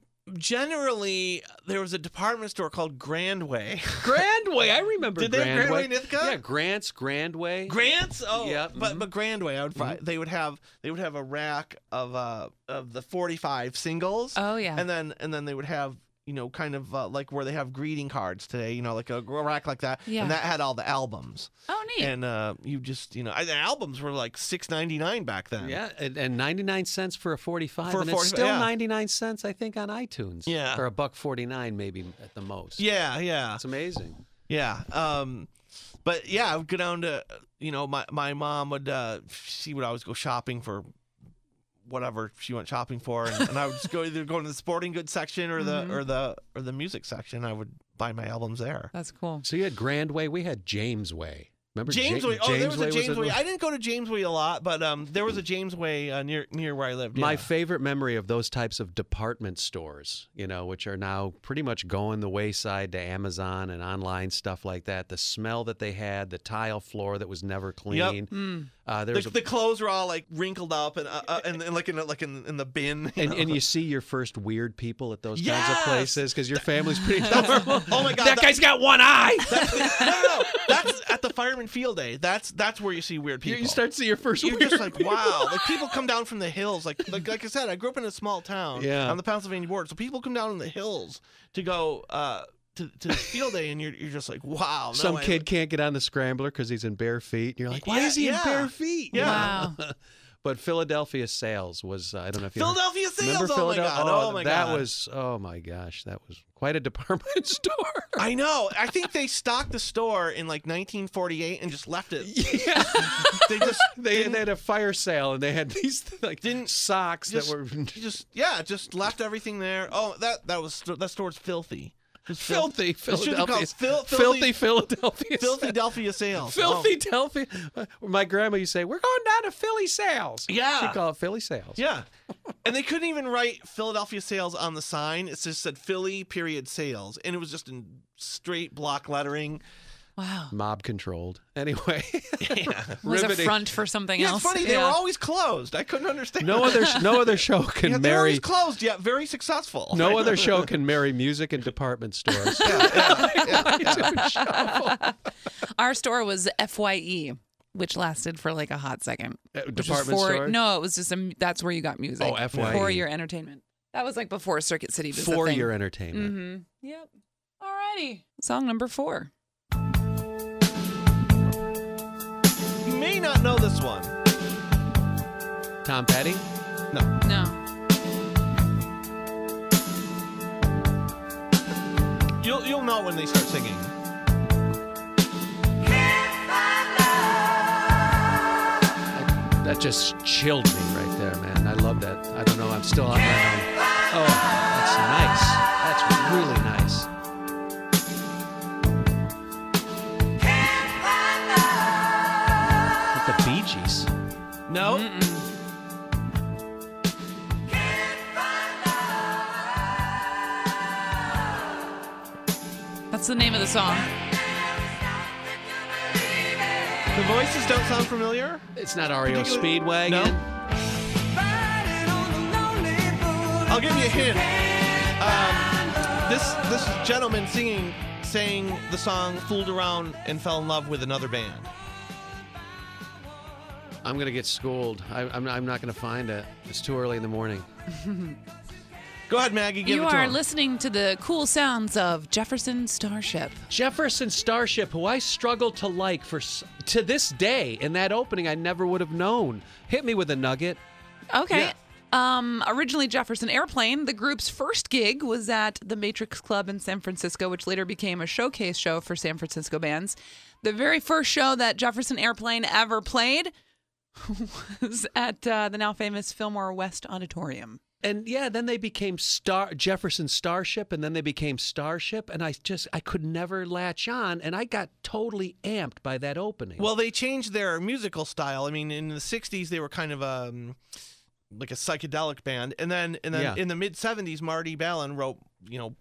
Speaker 3: generally there was a department store called Grandway. <laughs>
Speaker 1: Grandway, I remember.
Speaker 3: Did they have Grandway in Ithaca?
Speaker 1: Yeah, Grant's Grandway.
Speaker 3: Grants, oh,
Speaker 1: Yeah,
Speaker 3: but
Speaker 2: mm-hmm.
Speaker 1: mhm.
Speaker 3: but Grandway, I would find they would have they would have a rack of uh of the forty five singles.
Speaker 2: Oh, yeah.
Speaker 3: and then and then they would have you know kind of uh, like where they have greeting cards today you know like a rack like that
Speaker 2: Yeah.
Speaker 3: and that had all the albums
Speaker 2: oh, neat.
Speaker 3: and uh you just you know and the albums were like 6.99 back then
Speaker 1: Yeah, and, and 99 cents for a 45
Speaker 3: For a
Speaker 1: and
Speaker 3: 45,
Speaker 1: it's still
Speaker 3: yeah.
Speaker 1: 99 cents I think on iTunes.
Speaker 3: Yeah.
Speaker 1: Or a buck 49 maybe at the most.
Speaker 3: yeah yeah
Speaker 1: It's amazing.
Speaker 3: yeah um but yeah i would go down to you know my my mom would uh she would always go shopping for whatever she went shopping for and, and i would just go either go into the sporting goods section or
Speaker 1: Mm-hmm.
Speaker 3: the or the or the music section i would buy my albums there
Speaker 2: That's cool.
Speaker 1: So you had Grand Way, we had James Way. Remember
Speaker 3: James Way. Oh, there was a James Way.
Speaker 1: little-
Speaker 3: I didn't go to James Way a lot, but um, there was a James Way uh, near near where I lived.
Speaker 1: My
Speaker 3: yeah.
Speaker 1: favorite memory of those types of department stores, you know, which are now pretty much going the wayside to Amazon and online stuff like that. The smell that they had, the tile floor that was never clean. Uh, there was
Speaker 3: Hmm. the,
Speaker 1: a
Speaker 3: the clothes were all like wrinkled up and uh, uh, and, and like in a- like in, in the bin. you
Speaker 1: <laughs> and,
Speaker 3: know?
Speaker 1: and you see your first weird people at those kinds
Speaker 3: Yes!
Speaker 1: of places because your family's
Speaker 3: <laughs>
Speaker 1: pretty. <laughs>
Speaker 3: oh my god,
Speaker 1: that guy's got one eye.
Speaker 3: that's- <laughs> no, no, no, that's at the fireman field day. That's that's where you see weird
Speaker 1: <laughs> you,
Speaker 3: people.
Speaker 1: you start to see your first
Speaker 3: You're
Speaker 1: weird. <laughs>
Speaker 3: just like wow, like people come down from the hills. Like, like like I said, I grew up in a small town
Speaker 1: Yeah.
Speaker 3: on the Pennsylvania border, so people come down in the hills to go uh, to to the field day, and you're you're just like wow. no
Speaker 1: Some
Speaker 3: way.
Speaker 1: kid can't get on the scrambler because he's in bare feet. And you're like, why
Speaker 3: Yeah,
Speaker 1: is he
Speaker 3: yeah.
Speaker 1: in bare feet?
Speaker 3: Yeah.
Speaker 2: <laughs> Wow.
Speaker 1: But Philadelphia sales was uh, I don't know if you remember-
Speaker 3: Philadelphia sales.
Speaker 1: Remember
Speaker 3: oh
Speaker 1: Philadelphia?
Speaker 3: my god! Oh, my
Speaker 1: that
Speaker 3: god!
Speaker 1: was oh my gosh, that was quite a department <laughs>
Speaker 3: <laughs>
Speaker 1: store.
Speaker 3: I know. I think they stocked the store in like 1948 and just left it.
Speaker 1: Yeah,
Speaker 3: They <laughs> just
Speaker 1: they,
Speaker 3: didn't-
Speaker 1: they had a fire sale and they had these like
Speaker 3: Didn't-
Speaker 1: socks
Speaker 3: just-
Speaker 1: that were <laughs>
Speaker 3: just yeah, just left everything there. Oh, that that was that store's filthy. Just
Speaker 1: filthy
Speaker 3: It should be
Speaker 1: Philadelphia,
Speaker 3: called Phil-
Speaker 1: filthy
Speaker 3: filthy-
Speaker 1: Philadelphia,
Speaker 3: filthy Delphia sales.
Speaker 1: filthy
Speaker 3: Oh.
Speaker 1: Delphia. Uh, My grandma used to say, "We're going down to Philly sales."
Speaker 3: Yeah.
Speaker 1: she called it Philly sales.
Speaker 3: Yeah, and they couldn't even write Philadelphia sales on the sign. It just said Philly period sales, and it was just in straight block lettering.
Speaker 2: Wow.
Speaker 1: mob controlled.
Speaker 3: <laughs>
Speaker 1: Anyway, <laughs>
Speaker 2: Was a
Speaker 1: Riveting.
Speaker 2: front for something
Speaker 3: Yeah,
Speaker 2: else.
Speaker 3: it's funny. They
Speaker 2: Yeah.
Speaker 3: were always closed. I couldn't understand.
Speaker 1: no other no other show can
Speaker 3: <laughs> Yeah, they were
Speaker 1: marry
Speaker 3: always closed, yet
Speaker 1: <laughs>
Speaker 3: very successful.
Speaker 1: no other show can marry music and department stores. <laughs>
Speaker 2: Our store was Fye, which lasted for like a hot second. Which was
Speaker 1: department
Speaker 2: for-
Speaker 1: store.
Speaker 2: No, it was just a, that's where you got music.
Speaker 1: Oh, FYE.
Speaker 2: For your entertainment. That was like before Circuit City was
Speaker 1: for
Speaker 2: a thing.
Speaker 1: your entertainment.
Speaker 2: Mm-hmm. Yep. Alrighty. Song number four.
Speaker 3: You may not know this one.
Speaker 1: Mm-hmm. Tom Petty.
Speaker 2: No.
Speaker 3: You'll you'll know when they start singing.
Speaker 1: That just chilled me right there, man. I love that. I don't know. I'm still on my own. Oh, that's nice. That's really nice. With the Bee Gees.
Speaker 3: No.
Speaker 2: That's the name of the song.
Speaker 3: The voices don't sound familiar.
Speaker 1: It's not REO Speedwagon.
Speaker 3: No. I'll give you a hint. Um, this this gentleman singing sang the song "Fooled Around" and fell in love with another band.
Speaker 1: I'm gonna get schooled. I, I'm, I'm not gonna find it. It's too early in the morning.
Speaker 3: Go ahead, Maggie. Give
Speaker 2: you
Speaker 3: it to
Speaker 2: are
Speaker 3: him.
Speaker 2: listening to the cool sounds of Jefferson Starship.
Speaker 1: Jefferson Starship, who I struggle to like for s- to this day, in that opening I never would have known. Hit me with a nugget.
Speaker 2: Okay. Um, originally Jefferson Airplane, the group's first gig was at the Matrix Club in San Francisco, which later became a showcase show for San Francisco bands. The very first show that Jefferson Airplane ever played <laughs> was at uh, the now famous Fillmore West Auditorium.
Speaker 1: And yeah, then they became Star Jefferson Starship, and then they became Starship, and I just I could never latch on, and I got totally amped by that opening.
Speaker 3: Well, they changed their musical style. I mean, in the '60s, they were kind of um, like a psychedelic band, and then and then
Speaker 1: Yeah.
Speaker 3: in the mid '70s, Marty Ballin wrote, you know,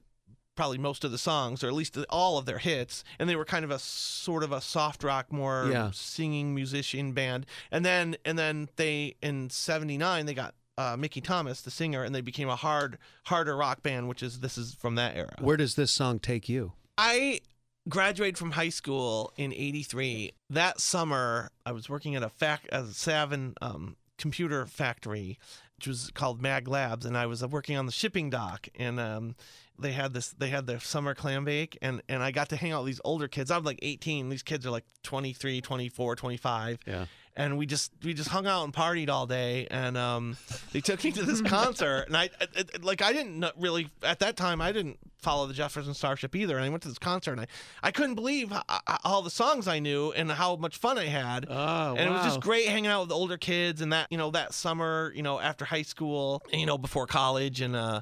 Speaker 3: probably most of the songs, or at least all of their hits, and they were kind of a sort of a soft rock, more
Speaker 1: Yeah.
Speaker 3: singing musician band. And then and then they in '79 they got. Uh, Mickey Thomas, the singer, and they became a hard, harder rock band, which is this is from that era.
Speaker 1: where does this song take you?
Speaker 3: I graduated from high school in '83. That summer, I was working at a fac a Savin um, computer factory, which was called Mag Labs, and I was uh, working on the shipping dock. And um, they had this, they had their summer clam bake, and and I got to hang out with these older kids. I'm like 18. These kids are like 23, 24, 25
Speaker 1: Yeah.
Speaker 3: and we just we just hung out and partied all day and um they took me to this concert and I, I, I- like I didn't kn- really at that time I didn't follow the Jefferson Starship either and I went to this concert and I I couldn't believe h- h- all the songs I knew and how much fun I had
Speaker 1: Oh,
Speaker 3: and it was just great hanging out with the older kids and that you know that summer you know after high school you know before college and uh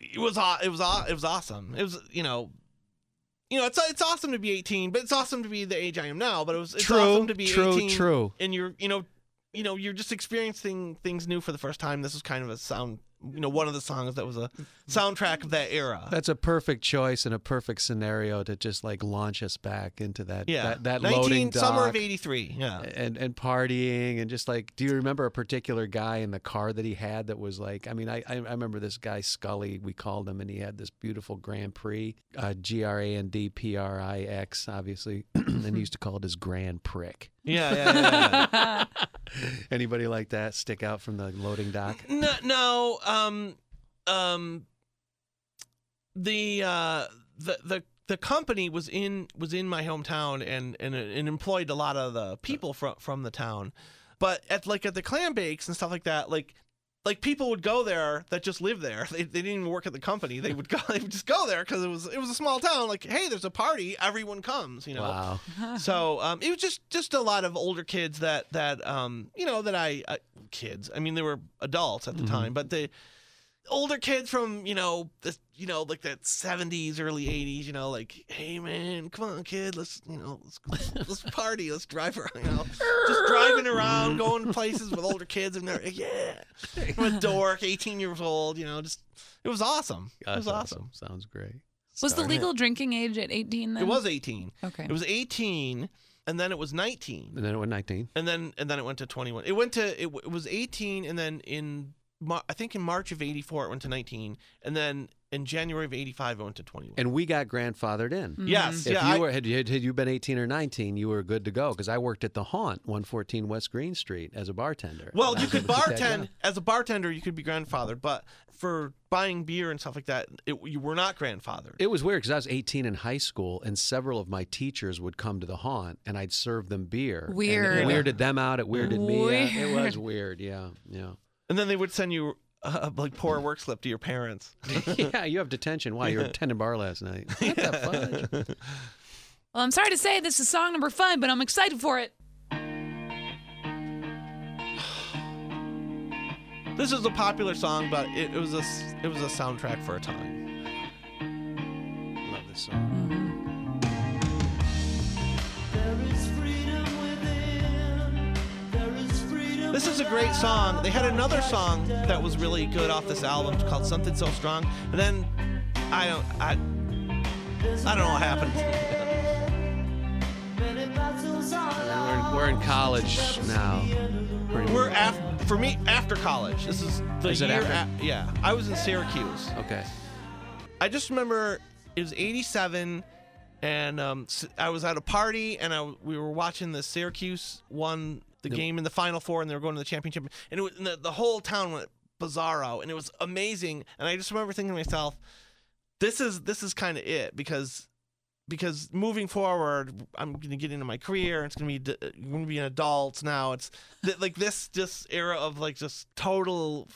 Speaker 3: it was aw- it was aw- it was awesome it was you know you know it's it's awesome to be 18 but it's awesome to be the age I am now but it was it's
Speaker 1: True,
Speaker 3: awesome to be
Speaker 1: true,
Speaker 3: 18
Speaker 1: true.
Speaker 3: and you're you know you know you're just experiencing things new for the first time this was kind of a sound you know one of the songs that was a soundtrack of that era
Speaker 1: That's a perfect choice and a perfect scenario to just like launch us back into that
Speaker 3: yeah
Speaker 1: that, that
Speaker 3: 19
Speaker 1: loading dock. Eh.
Speaker 3: summer of 83 yeah
Speaker 1: and and partying and just like do you remember a particular guy in the car that he had that was like i mean i i I remember this guy scully we called him and he had this beautiful grand prix uh, g-r-a-n-d-p-r-i-x obviously <clears throat> and he used to call it his grand prick
Speaker 3: yeah yeah, yeah, yeah.
Speaker 1: anybody like that stick out from the loading dock
Speaker 3: No, no. Um, um, the uh, the the the company was in was in my hometown and and and employed a lot of the people from from the town. But at like at the clam bakes and stuff like that, like like people would go there that just lived there. They, they didn't even work at the company. They would go <laughs> they would just go there because it was it was a small town. Like hey, there's a party, everyone comes. You know.
Speaker 1: Wow.
Speaker 3: So um, it was just just a lot of older kids that that um, you know that I uh, kids. I mean, they were adults at the time, but the older kids from you know the you know like that seventies, early eighties. You know, like hey man, come on kid, let's you know let's let's party, let's drive around. You know, just driving around, going to places with older kids, and they're yeah, I'm a dork, eighteen years old. You know, just it was awesome. It was
Speaker 1: That's
Speaker 3: awesome.
Speaker 1: Sounds great.
Speaker 2: Was the
Speaker 3: Darn it.
Speaker 2: legal drinking age at 18 then?
Speaker 3: It was eighteen.
Speaker 2: Okay.
Speaker 3: It was eighteen, and then it was nineteen.
Speaker 1: And then it went 19.
Speaker 3: and then and then it went to 21 it went to it, w- it was 18 and then in Mar- i think in march of 84 it went to 19 and then in january of 85 it went to 21
Speaker 1: And we got grandfathered in.
Speaker 3: yes
Speaker 1: Mm-hmm. If
Speaker 3: yeah
Speaker 1: you
Speaker 3: I-
Speaker 1: were, had, had, had you been 18 or 19, you were good to go because I worked at the Haunt, 114 West Green Street, as a bartender.
Speaker 3: well
Speaker 1: <laughs> And I
Speaker 3: you
Speaker 1: was
Speaker 3: could
Speaker 1: able to take that
Speaker 3: bartend as a bartender you could be grandfathered but for buying beer and stuff like that it, you were not grandfathered
Speaker 1: It was weird because I was 18 in high school, and several of my teachers would come to the haunt, and I'd serve them beer. and
Speaker 2: Weird.
Speaker 1: it weirded them out. It weirded me. Out. It was
Speaker 2: Weird.
Speaker 1: weird. Yeah, yeah,
Speaker 3: and then they would send you uh, like poor work slip to your parents
Speaker 1: <laughs> yeah. You have detention. Why? You were attending bar last night. <laughs> What the fudge?
Speaker 2: Well, I'm sorry to say this is song number five, but I'm excited for it.
Speaker 3: this is a popular song but it, it was a s- it was a soundtrack for a time
Speaker 1: Love this song.
Speaker 3: This is a great song. They had another song that was really good off this album called "Something So Strong," and then I don't, I, I don't know what happened.
Speaker 1: We're in, we're in college now. Pretty
Speaker 3: We're
Speaker 1: much.
Speaker 3: af- for me after college. This is the
Speaker 1: Is it
Speaker 3: year.
Speaker 1: after?
Speaker 3: a- yeah, I was in Syracuse.
Speaker 1: okay.
Speaker 3: I just remember it was '87, and um, s- I was at a party, and I, we were watching the Syracuse won the game in the Final Four, and they were going to the championship, and, it was, and the, the whole town went bizarro, and it was amazing. And I just remember thinking to myself, "This is this is kind of it," because because moving forward, I'm gonna get into my career. It's gonna be d- I'm gonna be an adult now. It's th- like this this era of like just total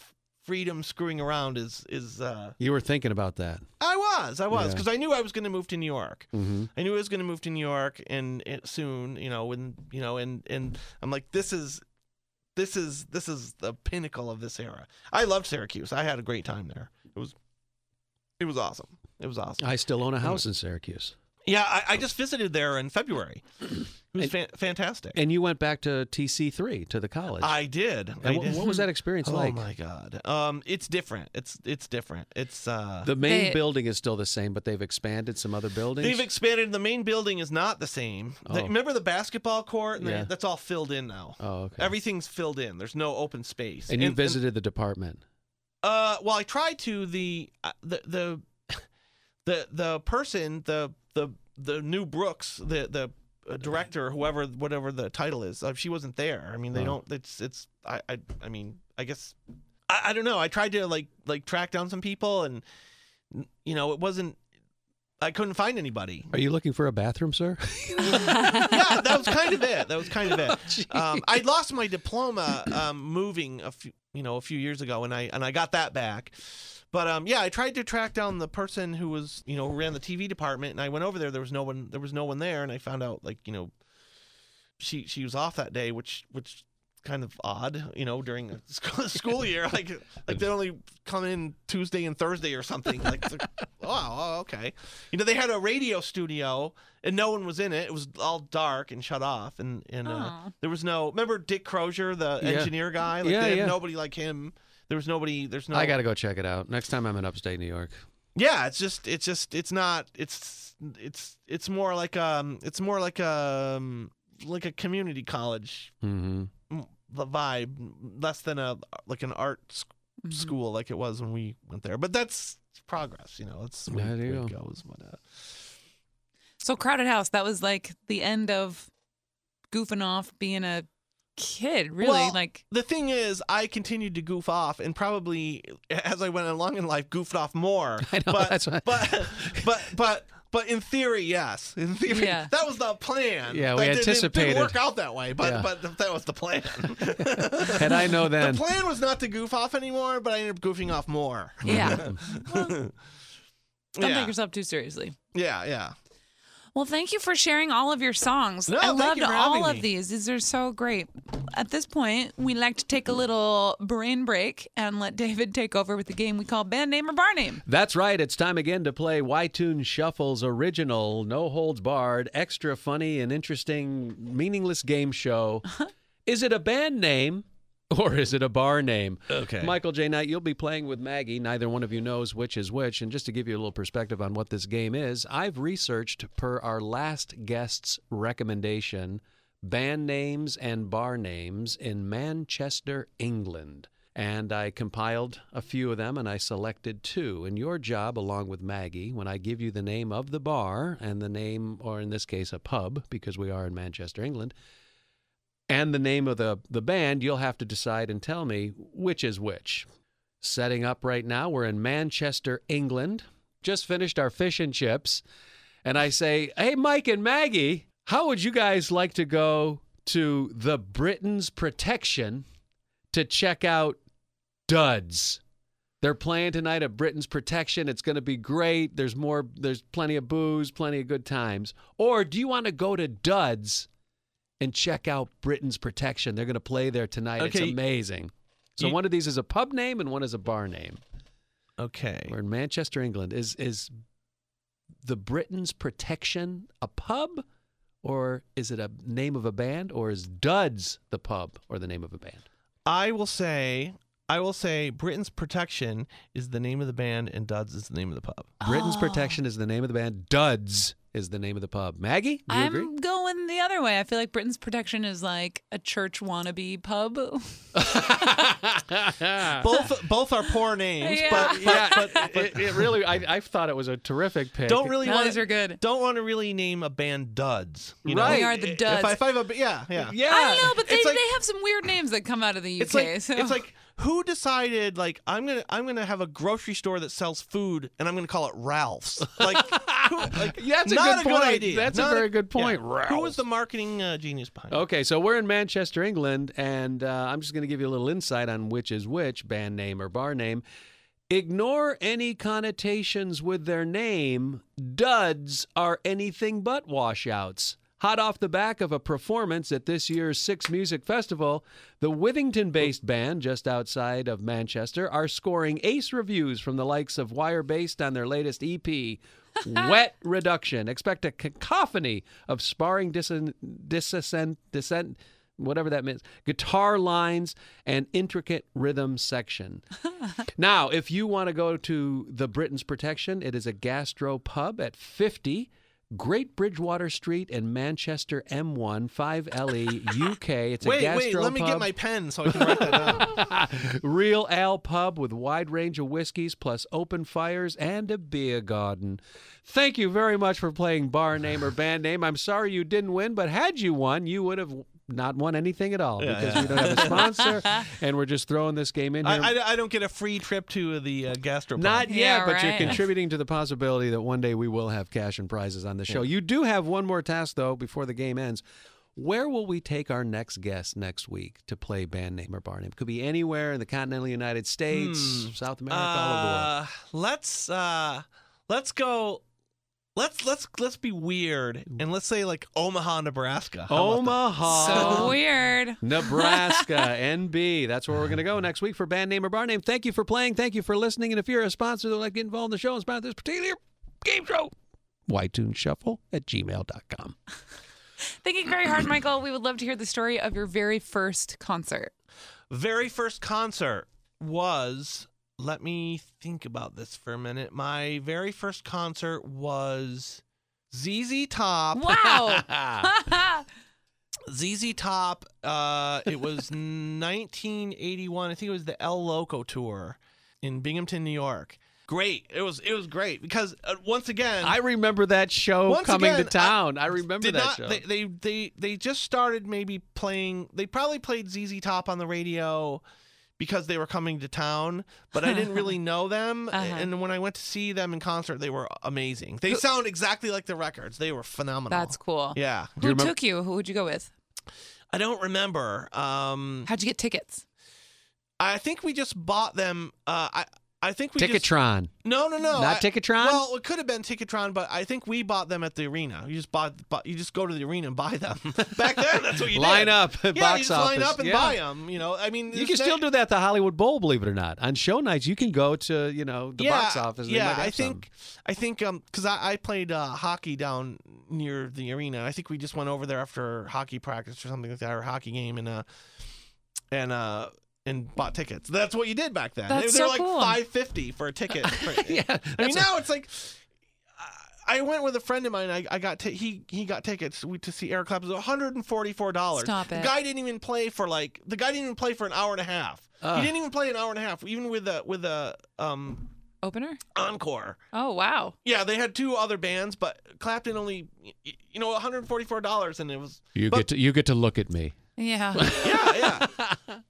Speaker 3: freedom screwing around is is uh
Speaker 1: You were thinking about that.
Speaker 3: I was, I was,
Speaker 1: Yeah.
Speaker 3: because I knew I was going to move to New York.
Speaker 1: Mm-hmm.
Speaker 3: I knew I was going to move to New York, and it, soon, you know, and you know, and and I'm like, this is, this is, this is the pinnacle of this era. I loved Syracuse. I had a great time there. It was, it was awesome. It was awesome.
Speaker 1: I still own a house in Syracuse.
Speaker 3: yeah, I, I just visited there in February. It was fan- fantastic.
Speaker 1: And you went back to TC3 to the college.
Speaker 3: I did. I
Speaker 1: and what,
Speaker 3: did.
Speaker 1: what was that experience
Speaker 3: oh
Speaker 1: like?
Speaker 3: my god. Um, it's different. It's it's different. It's uh.
Speaker 1: The main
Speaker 2: They-
Speaker 1: building is still the same, but they've expanded some other buildings.
Speaker 3: They've expanded. The main building is not the same. The-
Speaker 1: Oh.
Speaker 3: remember the basketball court? And they-
Speaker 1: Yeah.
Speaker 3: That's all filled in now.
Speaker 1: oh, okay.
Speaker 3: Everything's filled in. There's no open space.
Speaker 1: and you visited the department.
Speaker 3: uh, well, I tried to the uh, the the the the person the the the new Brooks the the uh, director whoever whatever the title is. Uh, she wasn't there. I mean, they
Speaker 1: Oh.
Speaker 3: don't. It's it's. I I, I mean, I guess. I, I don't know. I tried to like like track down some people, and you know, it wasn't. I couldn't find anybody.
Speaker 1: Are you looking for a bathroom, sir?
Speaker 3: <laughs> yeah, that was kind of it. That was kind of it. um, I lost my diploma um, moving a few, you know, a few years ago, and I and I got that back. But um, yeah, I tried to track down the person who was, you know, who ran the TV department, and I went over there. There was no one. There was no one there, and I found out, like, you know, she she was off that day, which which kind of odd, you know, during a school, <laughs>
Speaker 1: <laughs>
Speaker 3: school year. Like like they only come in Tuesday and Thursday or something. Like,
Speaker 1: <laughs>
Speaker 3: it's like, wow, oh, okay. You know, they had a radio studio and no one was in it. It was all dark and shut off, and and uh,
Speaker 2: Aw.
Speaker 3: there was no. Remember Dick Crozier, the
Speaker 1: Yeah.
Speaker 3: engineer guy? Like,
Speaker 1: Yeah,
Speaker 3: they had
Speaker 1: yeah.
Speaker 3: Nobody like him. There was nobody. There's no.
Speaker 1: I got to go check it out next time I'm in upstate New York.
Speaker 3: Yeah, it's just it's just it's not it's it's it's more like um it's more like um like a community college <laughs>
Speaker 1: Mm-hmm.
Speaker 3: m- the vibe m- less than a like an art sc-
Speaker 1: Mm-hmm.
Speaker 3: school like it was when we went there but that's progress you know that's where,
Speaker 1: There you
Speaker 3: where it
Speaker 1: go.
Speaker 3: goes but, uh,
Speaker 2: So, Crowded House, that was like the end of goofing off being a kid, really.
Speaker 3: Well,
Speaker 2: like,
Speaker 3: the thing is i continued to goof off and probably as i went along in life goofed off more
Speaker 1: <laughs> I know,
Speaker 3: but
Speaker 1: that's what-
Speaker 3: but but but But in theory, yes. In theory,
Speaker 2: Yeah.
Speaker 3: that was the plan.
Speaker 1: Yeah,
Speaker 3: That
Speaker 1: we
Speaker 3: didn't-
Speaker 1: anticipated.
Speaker 3: Didn't work out that way, but
Speaker 1: Yeah.
Speaker 3: but that was
Speaker 1: <laughs>
Speaker 3: the plan.
Speaker 1: And I know
Speaker 3: the
Speaker 1: then.
Speaker 3: plan was not to goof off anymore, but I ended up goofing off more. <laughs>
Speaker 2: Yeah. Well, don't
Speaker 3: yeah.
Speaker 2: take yourself too seriously.
Speaker 3: yeah, yeah.
Speaker 2: Well, thank you for sharing all of your songs.
Speaker 3: No,
Speaker 2: I
Speaker 3: thank
Speaker 2: loved
Speaker 3: you for
Speaker 2: all
Speaker 3: having
Speaker 2: of
Speaker 3: me.
Speaker 2: these. These are so great. At this point, we like to take a little brain break and let David take over with the game we call band name or bar name.
Speaker 1: That's right. It's time again to play Ytune Shuffle's original, no holds barred, extra funny and interesting, meaningless game show. Is it a band name <laughs> or is it a bar name?
Speaker 3: Okay.
Speaker 1: Michael J. Knight, you'll be playing with Maggie. Neither one of you knows which is which. And just to give you a little perspective on what this game is, I've researched, per our last guest's recommendation, band names and bar names in Manchester, England. And I compiled a few of them and I selected two. And your job, along with Maggie, when I give you the name of the bar and the name, or in this case, a pub, because we are in Manchester, England, and the name of the, the band, you'll have to decide and tell me which is which. Setting up right now, we're in Manchester, England. Just finished our fish and chips. And I say, hey, Mike and Maggie, how would you guys like to go to the Britain's Protection to check out Duds? They're playing tonight at Britain's Protection. It's going to be great. There's more, there's plenty of booze, plenty of good times. Or do you want to go to Duds and check out Britain's Protection? They're going to play there tonight. It's
Speaker 3: Okay.
Speaker 1: amazing. So
Speaker 3: You-
Speaker 1: one of these is a pub name and one is a bar name.
Speaker 3: Okay.
Speaker 1: We're in Manchester, England. Is is the Britain's Protection a pub, or is it a name of a band, or is Duds the pub or the name of a band?
Speaker 3: I will say, I will say, Britain's Protection is the name of the band, and Duds is the name of
Speaker 2: <laughs>
Speaker 3: the pub.
Speaker 1: Britain's Protection is the name of the band. Duds is the name of the pub. Maggie, do you
Speaker 2: I'm
Speaker 3: <laughs>
Speaker 1: agree? <laughs>
Speaker 2: going the other way. I feel like Britain's Protection is like a church wannabe pub. <laughs>
Speaker 3: Both both are poor names,
Speaker 2: Yeah.
Speaker 3: but, but,
Speaker 1: yeah,
Speaker 3: <laughs> but
Speaker 1: it, it really. I, I thought it was a terrific pick.
Speaker 3: don't really
Speaker 2: No,
Speaker 3: want
Speaker 2: these are good.
Speaker 3: Don't want to really name a band Duds. You
Speaker 1: Right.
Speaker 3: Know?
Speaker 2: We are the Duds.
Speaker 3: If I, if I have a yeah yeah.
Speaker 1: Yeah,
Speaker 2: I don't know, but they,
Speaker 3: It's like-
Speaker 2: they have some weird names that come out of the UK.
Speaker 3: It's like
Speaker 2: so.
Speaker 1: <laughs>
Speaker 3: it's like who decided like I'm gonna I'm gonna have a grocery store that sells food and I'm gonna call it Ralph's.
Speaker 1: <laughs>
Speaker 3: Like, who, like
Speaker 1: That's a
Speaker 3: not
Speaker 1: good
Speaker 3: a
Speaker 1: point.
Speaker 3: good idea.
Speaker 1: That's a
Speaker 3: Not
Speaker 1: very good point,
Speaker 3: Who was
Speaker 1: Ralph's. Oh,
Speaker 3: the marketing uh, genius behind? it?
Speaker 1: Okay, so we're in Manchester, England, and uh, I'm just going to give you a little insight on which is which band name or bar name. Ignore any connotations with their name. Duds are anything but washouts. Hot off the back of a performance at this year's Six Music Festival, the Withington based band just outside of Manchester are scoring ace reviews from the likes of Wire based on their latest EP, Wet Reduction. Expect a cacophony of sparring dissin- dissent, dissent, whatever that means, guitar lines, and intricate rhythm section. Now, if you want to go to the Britain's Protection, it is a gastro pub at 50 Great Bridgewater Street in Manchester M1 5LE UK. E, It's a
Speaker 3: Wait,
Speaker 1: gastro
Speaker 3: wait. Let me get
Speaker 1: pub.
Speaker 3: my pen so I can write that
Speaker 1: <laughs>
Speaker 3: down.
Speaker 1: Real ale pub with wide range of whiskeys plus open fires and a beer garden. Thank you very much for playing bar name or band name. I'm sorry you didn't win, but had you won, you would have not won anything at all because we don't have a sponsor
Speaker 3: <laughs>
Speaker 1: and we're just throwing this game in here.
Speaker 3: I, I, I don't get a free trip to the uh, gastropub.
Speaker 1: Not yet,
Speaker 2: Yeah,
Speaker 1: but you're
Speaker 2: right.
Speaker 1: contributing to the possibility that one day we will have cash and prizes on the show. You do have one more task, though, before the game ends. Where will we take our next guest next week to play band name or bar name? Could be anywhere in the continental United States, South America, all over the world.
Speaker 3: Uh, let's uh, let's go. Let's let's let's be weird and let's say like Omaha, Nebraska. How
Speaker 1: Oh.
Speaker 3: about that?
Speaker 1: Omaha.
Speaker 2: <laughs>
Speaker 3: uh,
Speaker 2: so <laughs> weird.
Speaker 1: Nebraska, NB. That's where we're going to go next week for band name or bar name. Thank you for playing. Thank you for listening. And if you're a sponsor that would like to get involved in the show and sponsor this particular game show, shuffle at gmail.com.
Speaker 2: Thinking very hard, Michael. We would love to hear the story of your very first
Speaker 3: <laughs>
Speaker 2: concert.
Speaker 3: Very first concert was. Let me think about this for a minute. My very first concert was ZZ Top. <laughs>
Speaker 2: Wow.
Speaker 3: ZZ Top. Uh, it was 1981. I think it was the El Loco tour in Binghamton, New York. Great. It was it was great because uh, once again,
Speaker 1: I remember that show
Speaker 3: Once
Speaker 1: coming
Speaker 3: again,
Speaker 1: to
Speaker 3: I
Speaker 1: town. I, remember
Speaker 3: did
Speaker 1: that
Speaker 3: not.
Speaker 1: show.
Speaker 3: They, they they they just started maybe playing. They probably played ZZ Top on the radio because they were coming to town, but
Speaker 1: <laughs>
Speaker 3: I didn't really know them.
Speaker 1: Uh-huh.
Speaker 3: And when I went to see them in concert, they were amazing. They sound exactly like the records. They were phenomenal.
Speaker 2: That's cool.
Speaker 3: Oh. yeah.
Speaker 2: Who took you? Who would you go with?
Speaker 3: I don't remember. Um,
Speaker 2: How'd you get tickets?
Speaker 3: I think we just bought them. Uh, I I think we just
Speaker 1: Ticketron.
Speaker 3: no no no
Speaker 1: Not
Speaker 3: I-
Speaker 1: Ticketron?
Speaker 3: Well, it could have been Ticketron, but I think we bought them at the arena. You just bought, bought you just go to the arena and buy them. <laughs> Back then, that's what you
Speaker 1: Line
Speaker 3: did.
Speaker 1: up at
Speaker 3: yeah,
Speaker 1: box
Speaker 3: you just line
Speaker 1: office.
Speaker 3: up and
Speaker 1: Yeah.
Speaker 3: buy them. You know, I mean,
Speaker 1: You
Speaker 3: it's
Speaker 1: can
Speaker 3: not-
Speaker 1: still do that at the Hollywood Bowl, believe it or not. On show nights, you can go to you know the
Speaker 3: yeah,
Speaker 1: box office. and they
Speaker 3: yeah,
Speaker 1: might have
Speaker 3: I think I think um because I, I played uh, hockey down near the arena. I think we just went over there after hockey practice or something like that, or a hockey game, and uh and uh and bought tickets. That's what you did back then.
Speaker 2: That's
Speaker 3: they were
Speaker 2: so
Speaker 3: like
Speaker 2: cool.
Speaker 3: five fifty for
Speaker 1: <laughs>
Speaker 3: a ticket. For,
Speaker 1: some. <laughs> yeah,
Speaker 3: I mean,
Speaker 1: that's a-
Speaker 3: now it's like I I went with a friend of mine. I, I got t- he he got tickets we- to see Eric Clapton. One hundred and forty four dollars.
Speaker 2: Stop
Speaker 3: The
Speaker 2: it.
Speaker 3: guy didn't even play for like the guy didn't even play for an hour and a half.
Speaker 1: Ugh.
Speaker 3: he didn't even play an hour and a half, even with a with a um
Speaker 2: Opener?
Speaker 3: encore.
Speaker 2: Oh wow.
Speaker 3: Yeah, they had two other bands, but Clapton only y- y- you know one hundred forty four dollars, and it was
Speaker 1: you
Speaker 3: But-
Speaker 1: get to, you get to look at me.
Speaker 2: Yeah.
Speaker 3: yeah yeah. <laughs>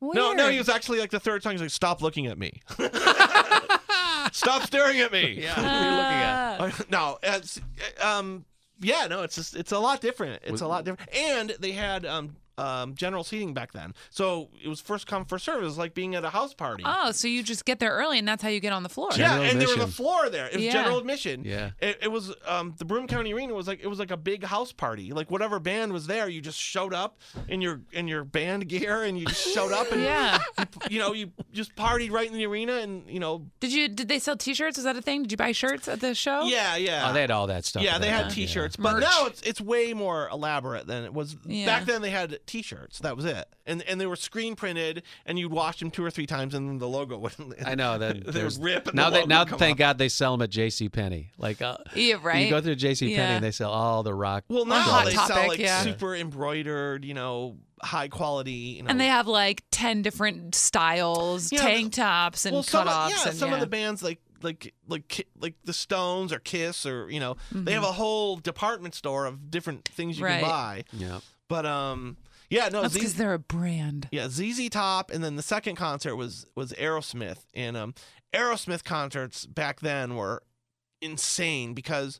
Speaker 3: No no,
Speaker 2: Weird.
Speaker 3: he was actually like the third time. He's like, stop looking at me. <laughs> Stop staring at me. Yeah.
Speaker 2: Ah.
Speaker 3: Uh, <laughs> no, it's, um, yeah, no, it's just it's a lot different. It's a lot different, and they had um, um, general seating back then, so it was first come first serve. It was like being at a house party.
Speaker 2: Oh, so you just get there early and that's how you get on the floor.
Speaker 3: yeah,
Speaker 1: General
Speaker 3: and there was a
Speaker 1: admission.
Speaker 3: floor there. It was
Speaker 2: Yeah.
Speaker 3: general admission.
Speaker 1: Yeah.
Speaker 3: it, it was um, the Broome County Arena was like it was like a big house party. Like whatever band was there, you just showed up in your in your band gear, and you just showed up,
Speaker 2: <laughs>
Speaker 3: and <laughs>
Speaker 2: Yeah.
Speaker 3: you know you just partied right in the arena, and you know
Speaker 2: Did you did they sell T-shirts? Is that a thing? Did you buy shirts at the show?
Speaker 3: yeah yeah.
Speaker 1: Oh, they had all that stuff.
Speaker 3: Yeah,
Speaker 1: at
Speaker 3: they
Speaker 1: that
Speaker 3: had
Speaker 1: time, yeah.
Speaker 3: T-shirts, but
Speaker 2: Merch.
Speaker 3: <laughs> now it's it's way more elaborate than it was
Speaker 2: Yeah.
Speaker 3: back then. They had T-shirts. That was it, and and they were screen printed, and you'd wash them two or three times, and then the logo <laughs> wouldn't.
Speaker 1: I know that
Speaker 3: they
Speaker 1: there's
Speaker 3: would rip. And
Speaker 1: now
Speaker 3: the
Speaker 1: they
Speaker 3: logo
Speaker 1: now
Speaker 3: come
Speaker 1: thank
Speaker 3: up.
Speaker 1: God they sell them at J.C. Penney. Like uh,
Speaker 2: Yeah, right.
Speaker 1: you go through J.C. Penney
Speaker 2: Yeah.
Speaker 1: and they sell all the rock.
Speaker 3: Well, now
Speaker 2: Hot
Speaker 3: they sell
Speaker 2: Topic,
Speaker 3: like
Speaker 2: yeah.
Speaker 3: super embroidered, you know, high quality. You know.
Speaker 2: And they have like ten different styles,
Speaker 3: Yeah,
Speaker 2: tank tops and
Speaker 3: well, some
Speaker 2: cutoffs.
Speaker 3: of, yeah,
Speaker 2: and,
Speaker 3: some
Speaker 2: yeah.
Speaker 3: of the bands like like like Ki- like the Stones or Kiss or you know they have a whole department store of different things you
Speaker 2: Mm-hmm. Right.
Speaker 3: can buy.
Speaker 1: yeah.
Speaker 3: But um, yeah, no,
Speaker 2: That's
Speaker 3: these-
Speaker 2: because they're a brand.
Speaker 3: Yeah, ZZ Top, and then the second concert was was Aerosmith, and um, Aerosmith concerts back then were insane because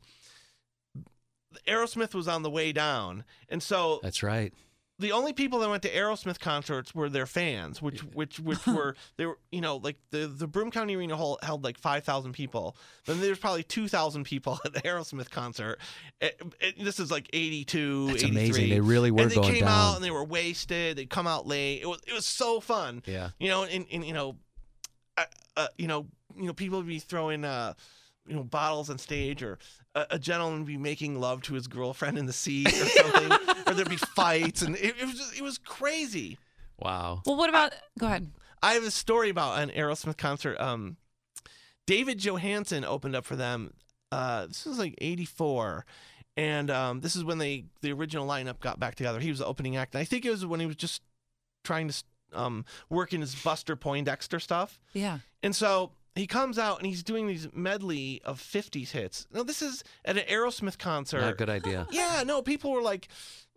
Speaker 3: Aerosmith was on the way down, and so
Speaker 1: That's right.
Speaker 3: the only people that went to Aerosmith concerts were their fans, which
Speaker 1: <laughs>
Speaker 3: which which were they were you know like the the Broome County Arena hall held like five thousand people. Then there's probably two thousand people <laughs> at the Aerosmith concert. It- it- this is like 82,
Speaker 1: That's
Speaker 3: 83.
Speaker 1: amazing. They really were
Speaker 3: and they
Speaker 1: going
Speaker 3: came
Speaker 1: down.
Speaker 3: out and they were wasted. They come out late. It was it was so fun.
Speaker 1: Yeah.
Speaker 3: You know, and, and you know, uh, uh, you know, you know, people would be throwing, uh, you know, bottles on stage, or a, a gentleman would be making love to his girlfriend in the
Speaker 1: <laughs>
Speaker 3: seat, or something, or there'd be fights, and it, it was just, it was crazy.
Speaker 1: Wow.
Speaker 2: Well, what about? Go ahead.
Speaker 3: I have a story about an Aerosmith concert. Um, David Johansen opened up for them. Uh, this was like '84, and um, this is when they the original lineup got back together. He was the opening act, and I think it was when he was just trying to um, work in his Buster Poindexter stuff. <sighs>
Speaker 2: Yeah.
Speaker 3: And so he comes out and he's doing these medley of 50s hits. Now, this is at an Aerosmith concert.
Speaker 1: Not a good idea.
Speaker 3: Yeah, no, people were like,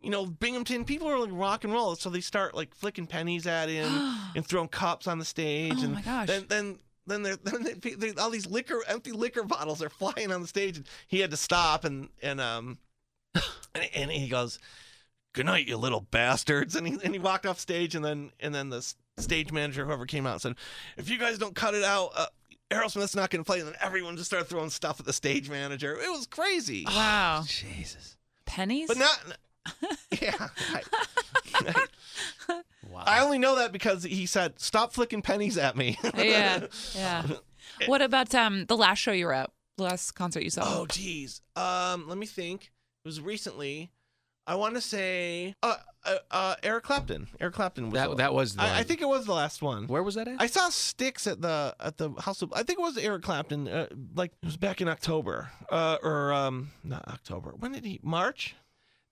Speaker 3: you know, Binghamton, people were like rock and roll. So they start like flicking pennies at
Speaker 2: <gasps>
Speaker 3: him and throwing cups on the stage.
Speaker 2: Oh,
Speaker 3: and
Speaker 2: my gosh.
Speaker 3: Then, then, then, there, <laughs> then they, they, all these liquor, empty liquor bottles are flying on the stage. And he had to stop and, and,
Speaker 2: <sighs>
Speaker 3: um, and, and he goes, good night, you little bastards. And he, and he walked off stage and then, and then the s- stage manager, whoever came out said, if you guys don't cut it out, uh, Aerosmith's not going to play. And then everyone just started throwing stuff at the stage manager. It was crazy.
Speaker 2: Wow.
Speaker 1: Jesus.
Speaker 2: Pennies.
Speaker 3: But not.
Speaker 1: <laughs>
Speaker 3: Yeah. I,
Speaker 1: Wow.
Speaker 3: I only know that because he said, "Stop flicking pennies at me." <laughs>
Speaker 2: yeah. Yeah. What about um the last show you were at? The last concert you saw?
Speaker 3: oh, geez. Um, let me think. It was recently. I want to say, uh, uh, uh, Eric Clapton. Eric Clapton was.
Speaker 1: That
Speaker 3: the-
Speaker 1: that was. The
Speaker 3: I, I
Speaker 1: one.
Speaker 3: think it was the last one.
Speaker 1: Where was that at?
Speaker 3: I saw sticks at the at the house of I think it was Eric Clapton uh, like it was back in October uh, or um not October when did he March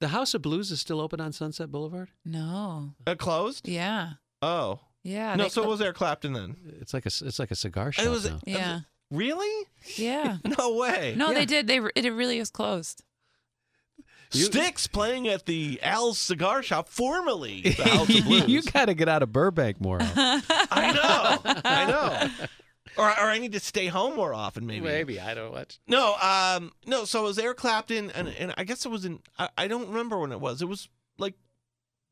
Speaker 1: the House of Blues is still open on Sunset Boulevard.
Speaker 2: No.
Speaker 3: uh, closed
Speaker 2: Yeah.
Speaker 3: oh
Speaker 2: Yeah.
Speaker 3: no
Speaker 2: they-
Speaker 3: so it was Eric Clapton then
Speaker 1: It's like a s- it's like a cigar shop
Speaker 3: was- <laughs>
Speaker 1: now.
Speaker 2: Yeah.
Speaker 3: really
Speaker 2: Yeah.
Speaker 3: <laughs> no way
Speaker 2: No,
Speaker 1: Yeah.
Speaker 2: they did. They re- it really is closed.
Speaker 3: Sticks playing at the Al's Cigar Shop, formerly
Speaker 1: <laughs>
Speaker 3: the House of Blues.
Speaker 1: you got to get out of Burbank <laughs> more. often.
Speaker 3: I know, I know. Or, or I need to stay home more often, maybe.
Speaker 1: I don't watch.
Speaker 3: No, um, no. So it was Eric Clapton, and and I guess it was in. I, I don't remember when it was. It was like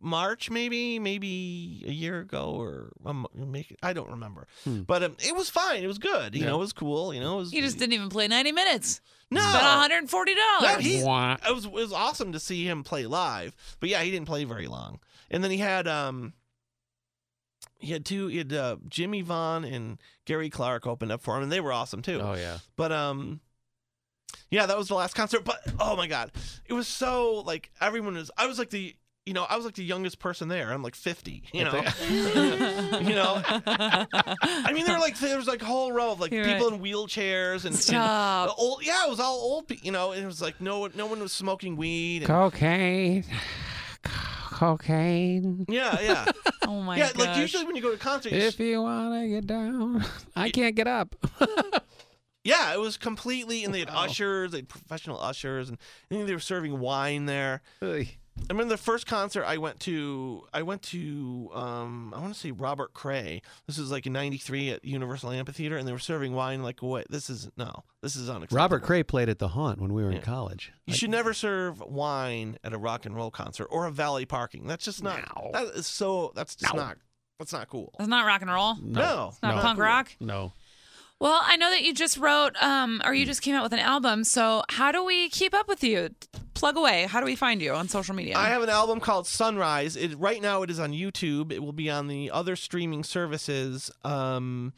Speaker 3: March, maybe, maybe a year ago, or um, make, I don't remember.
Speaker 1: Hmm.
Speaker 3: But um, it was fine. It was good. You
Speaker 1: Yeah.
Speaker 3: know, it was cool. You know, it was.
Speaker 2: You just didn't even play 90 minutes.
Speaker 3: no.
Speaker 2: Spent 140
Speaker 3: That
Speaker 2: dollars.
Speaker 3: he-
Speaker 1: Wah.
Speaker 3: it was it was awesome to see him play live. But yeah, he didn't play very long. And then he had um he had two he had uh, Jimmy Vaughn and Gary Clark opened up for him and they were awesome too.
Speaker 1: Oh yeah.
Speaker 3: But um yeah, that was the last concert, but oh my god. It was so like everyone was I was like the you know, I was like the youngest person there. I'm like 50, you know.
Speaker 2: <laughs>
Speaker 3: you know. I mean, there were like there was like a whole row of like
Speaker 2: You're
Speaker 3: people
Speaker 2: right.
Speaker 3: in wheelchairs and, and
Speaker 2: Stop.
Speaker 3: the old, yeah, it was all old, pe- you know. and It was like no, one- no one was smoking weed. and-
Speaker 1: Cocaine. Cocaine.
Speaker 3: yeah, yeah,
Speaker 2: Oh my
Speaker 3: yeah.
Speaker 2: gosh.
Speaker 3: Like usually when you go to concerts,
Speaker 1: If you wanna get down, I can't get up. <laughs>
Speaker 3: yeah, it was completely, and they had
Speaker 2: Oh,
Speaker 3: ushers, they had professional ushers, and I think they were serving wine there. I remember the first concert I went to. I went to, um, I want to say Robert Cray. This was like in '93 at Universal Amphitheater, and they were serving wine. Like, what? This is no, this is unacceptable.
Speaker 1: Robert Cray played at the Haunt when we were in college.
Speaker 3: You should never serve wine at a rock and roll concert or a valley parking. That's just not. That is so. That's just not. That's not cool.
Speaker 2: That's not rock and roll. It's
Speaker 3: No,
Speaker 2: not punk rock.
Speaker 1: No.
Speaker 2: Well, I know that you just wrote, um, or you just came out with an album. So how do we keep up with you? Plug away. How do we find you on social media?
Speaker 3: I have an album called Sunrise. It right now it is on YouTube. It will be on the other streaming services um,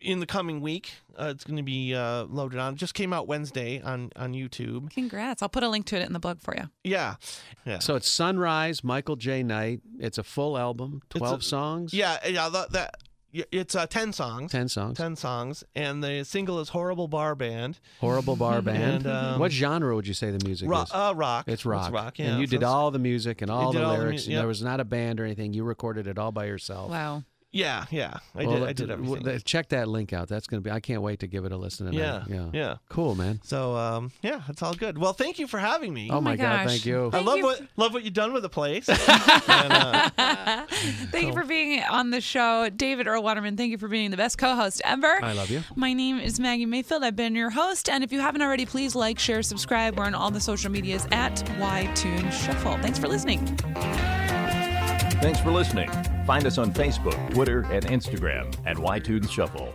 Speaker 3: in the coming week. Uh, it's going to be uh, loaded on. It just came out Wednesday on on YouTube.
Speaker 2: Congrats. I'll put a link to it in the blog for you.
Speaker 3: Yeah, yeah.
Speaker 1: So it's Sunrise, Michael J. Knight. It's a full album,
Speaker 3: a-
Speaker 1: twelve songs.
Speaker 3: yeah, yeah. That, that y- it's uh, ten songs.
Speaker 1: Ten songs.
Speaker 3: 10 songs, and the single is "Horrible Bar Band."
Speaker 1: Horrible bar band.
Speaker 3: And, um,
Speaker 1: what genre would you say the music
Speaker 3: Ro-
Speaker 1: is?
Speaker 3: uh, rock.
Speaker 1: It's rock.
Speaker 3: yeah.
Speaker 1: and you
Speaker 3: So
Speaker 1: did
Speaker 3: it's-
Speaker 1: all the music and all
Speaker 3: did
Speaker 1: the
Speaker 3: all the mu-
Speaker 1: lyrics. and
Speaker 3: yep.
Speaker 1: There was not a band or anything. You recorded it all by yourself.
Speaker 2: Wow.
Speaker 3: Yeah, yeah. I
Speaker 1: Well,
Speaker 3: did. I
Speaker 1: th-
Speaker 3: did
Speaker 1: w-
Speaker 3: everything.
Speaker 1: th- Check that link out. That's going to be. I can't wait to give it a listen tonight.
Speaker 3: yeah,
Speaker 1: yeah.
Speaker 3: yeah, yeah.
Speaker 1: Cool, man.
Speaker 3: So um, yeah, it's all good. Well, thank you for having me.
Speaker 1: Oh, my
Speaker 2: my
Speaker 1: God.
Speaker 2: gosh.
Speaker 1: Thank you.
Speaker 3: I
Speaker 2: Thank
Speaker 3: love
Speaker 2: you
Speaker 3: what love what you've done with
Speaker 1: <laughs>
Speaker 3: the place. and, uh,
Speaker 2: <laughs> Thank you for being on the show. David Earl Waterman, thank you for being the best co host ever.
Speaker 1: I love you.
Speaker 2: My name is Maggie Mayfield. I've been your host. And if you haven't already, please like, share, subscribe. We're on all the social medias at YTune Shuffle. Thanks for listening.
Speaker 5: Thanks for listening. Find us on Facebook, Twitter, and Instagram at YTunes Shuffle.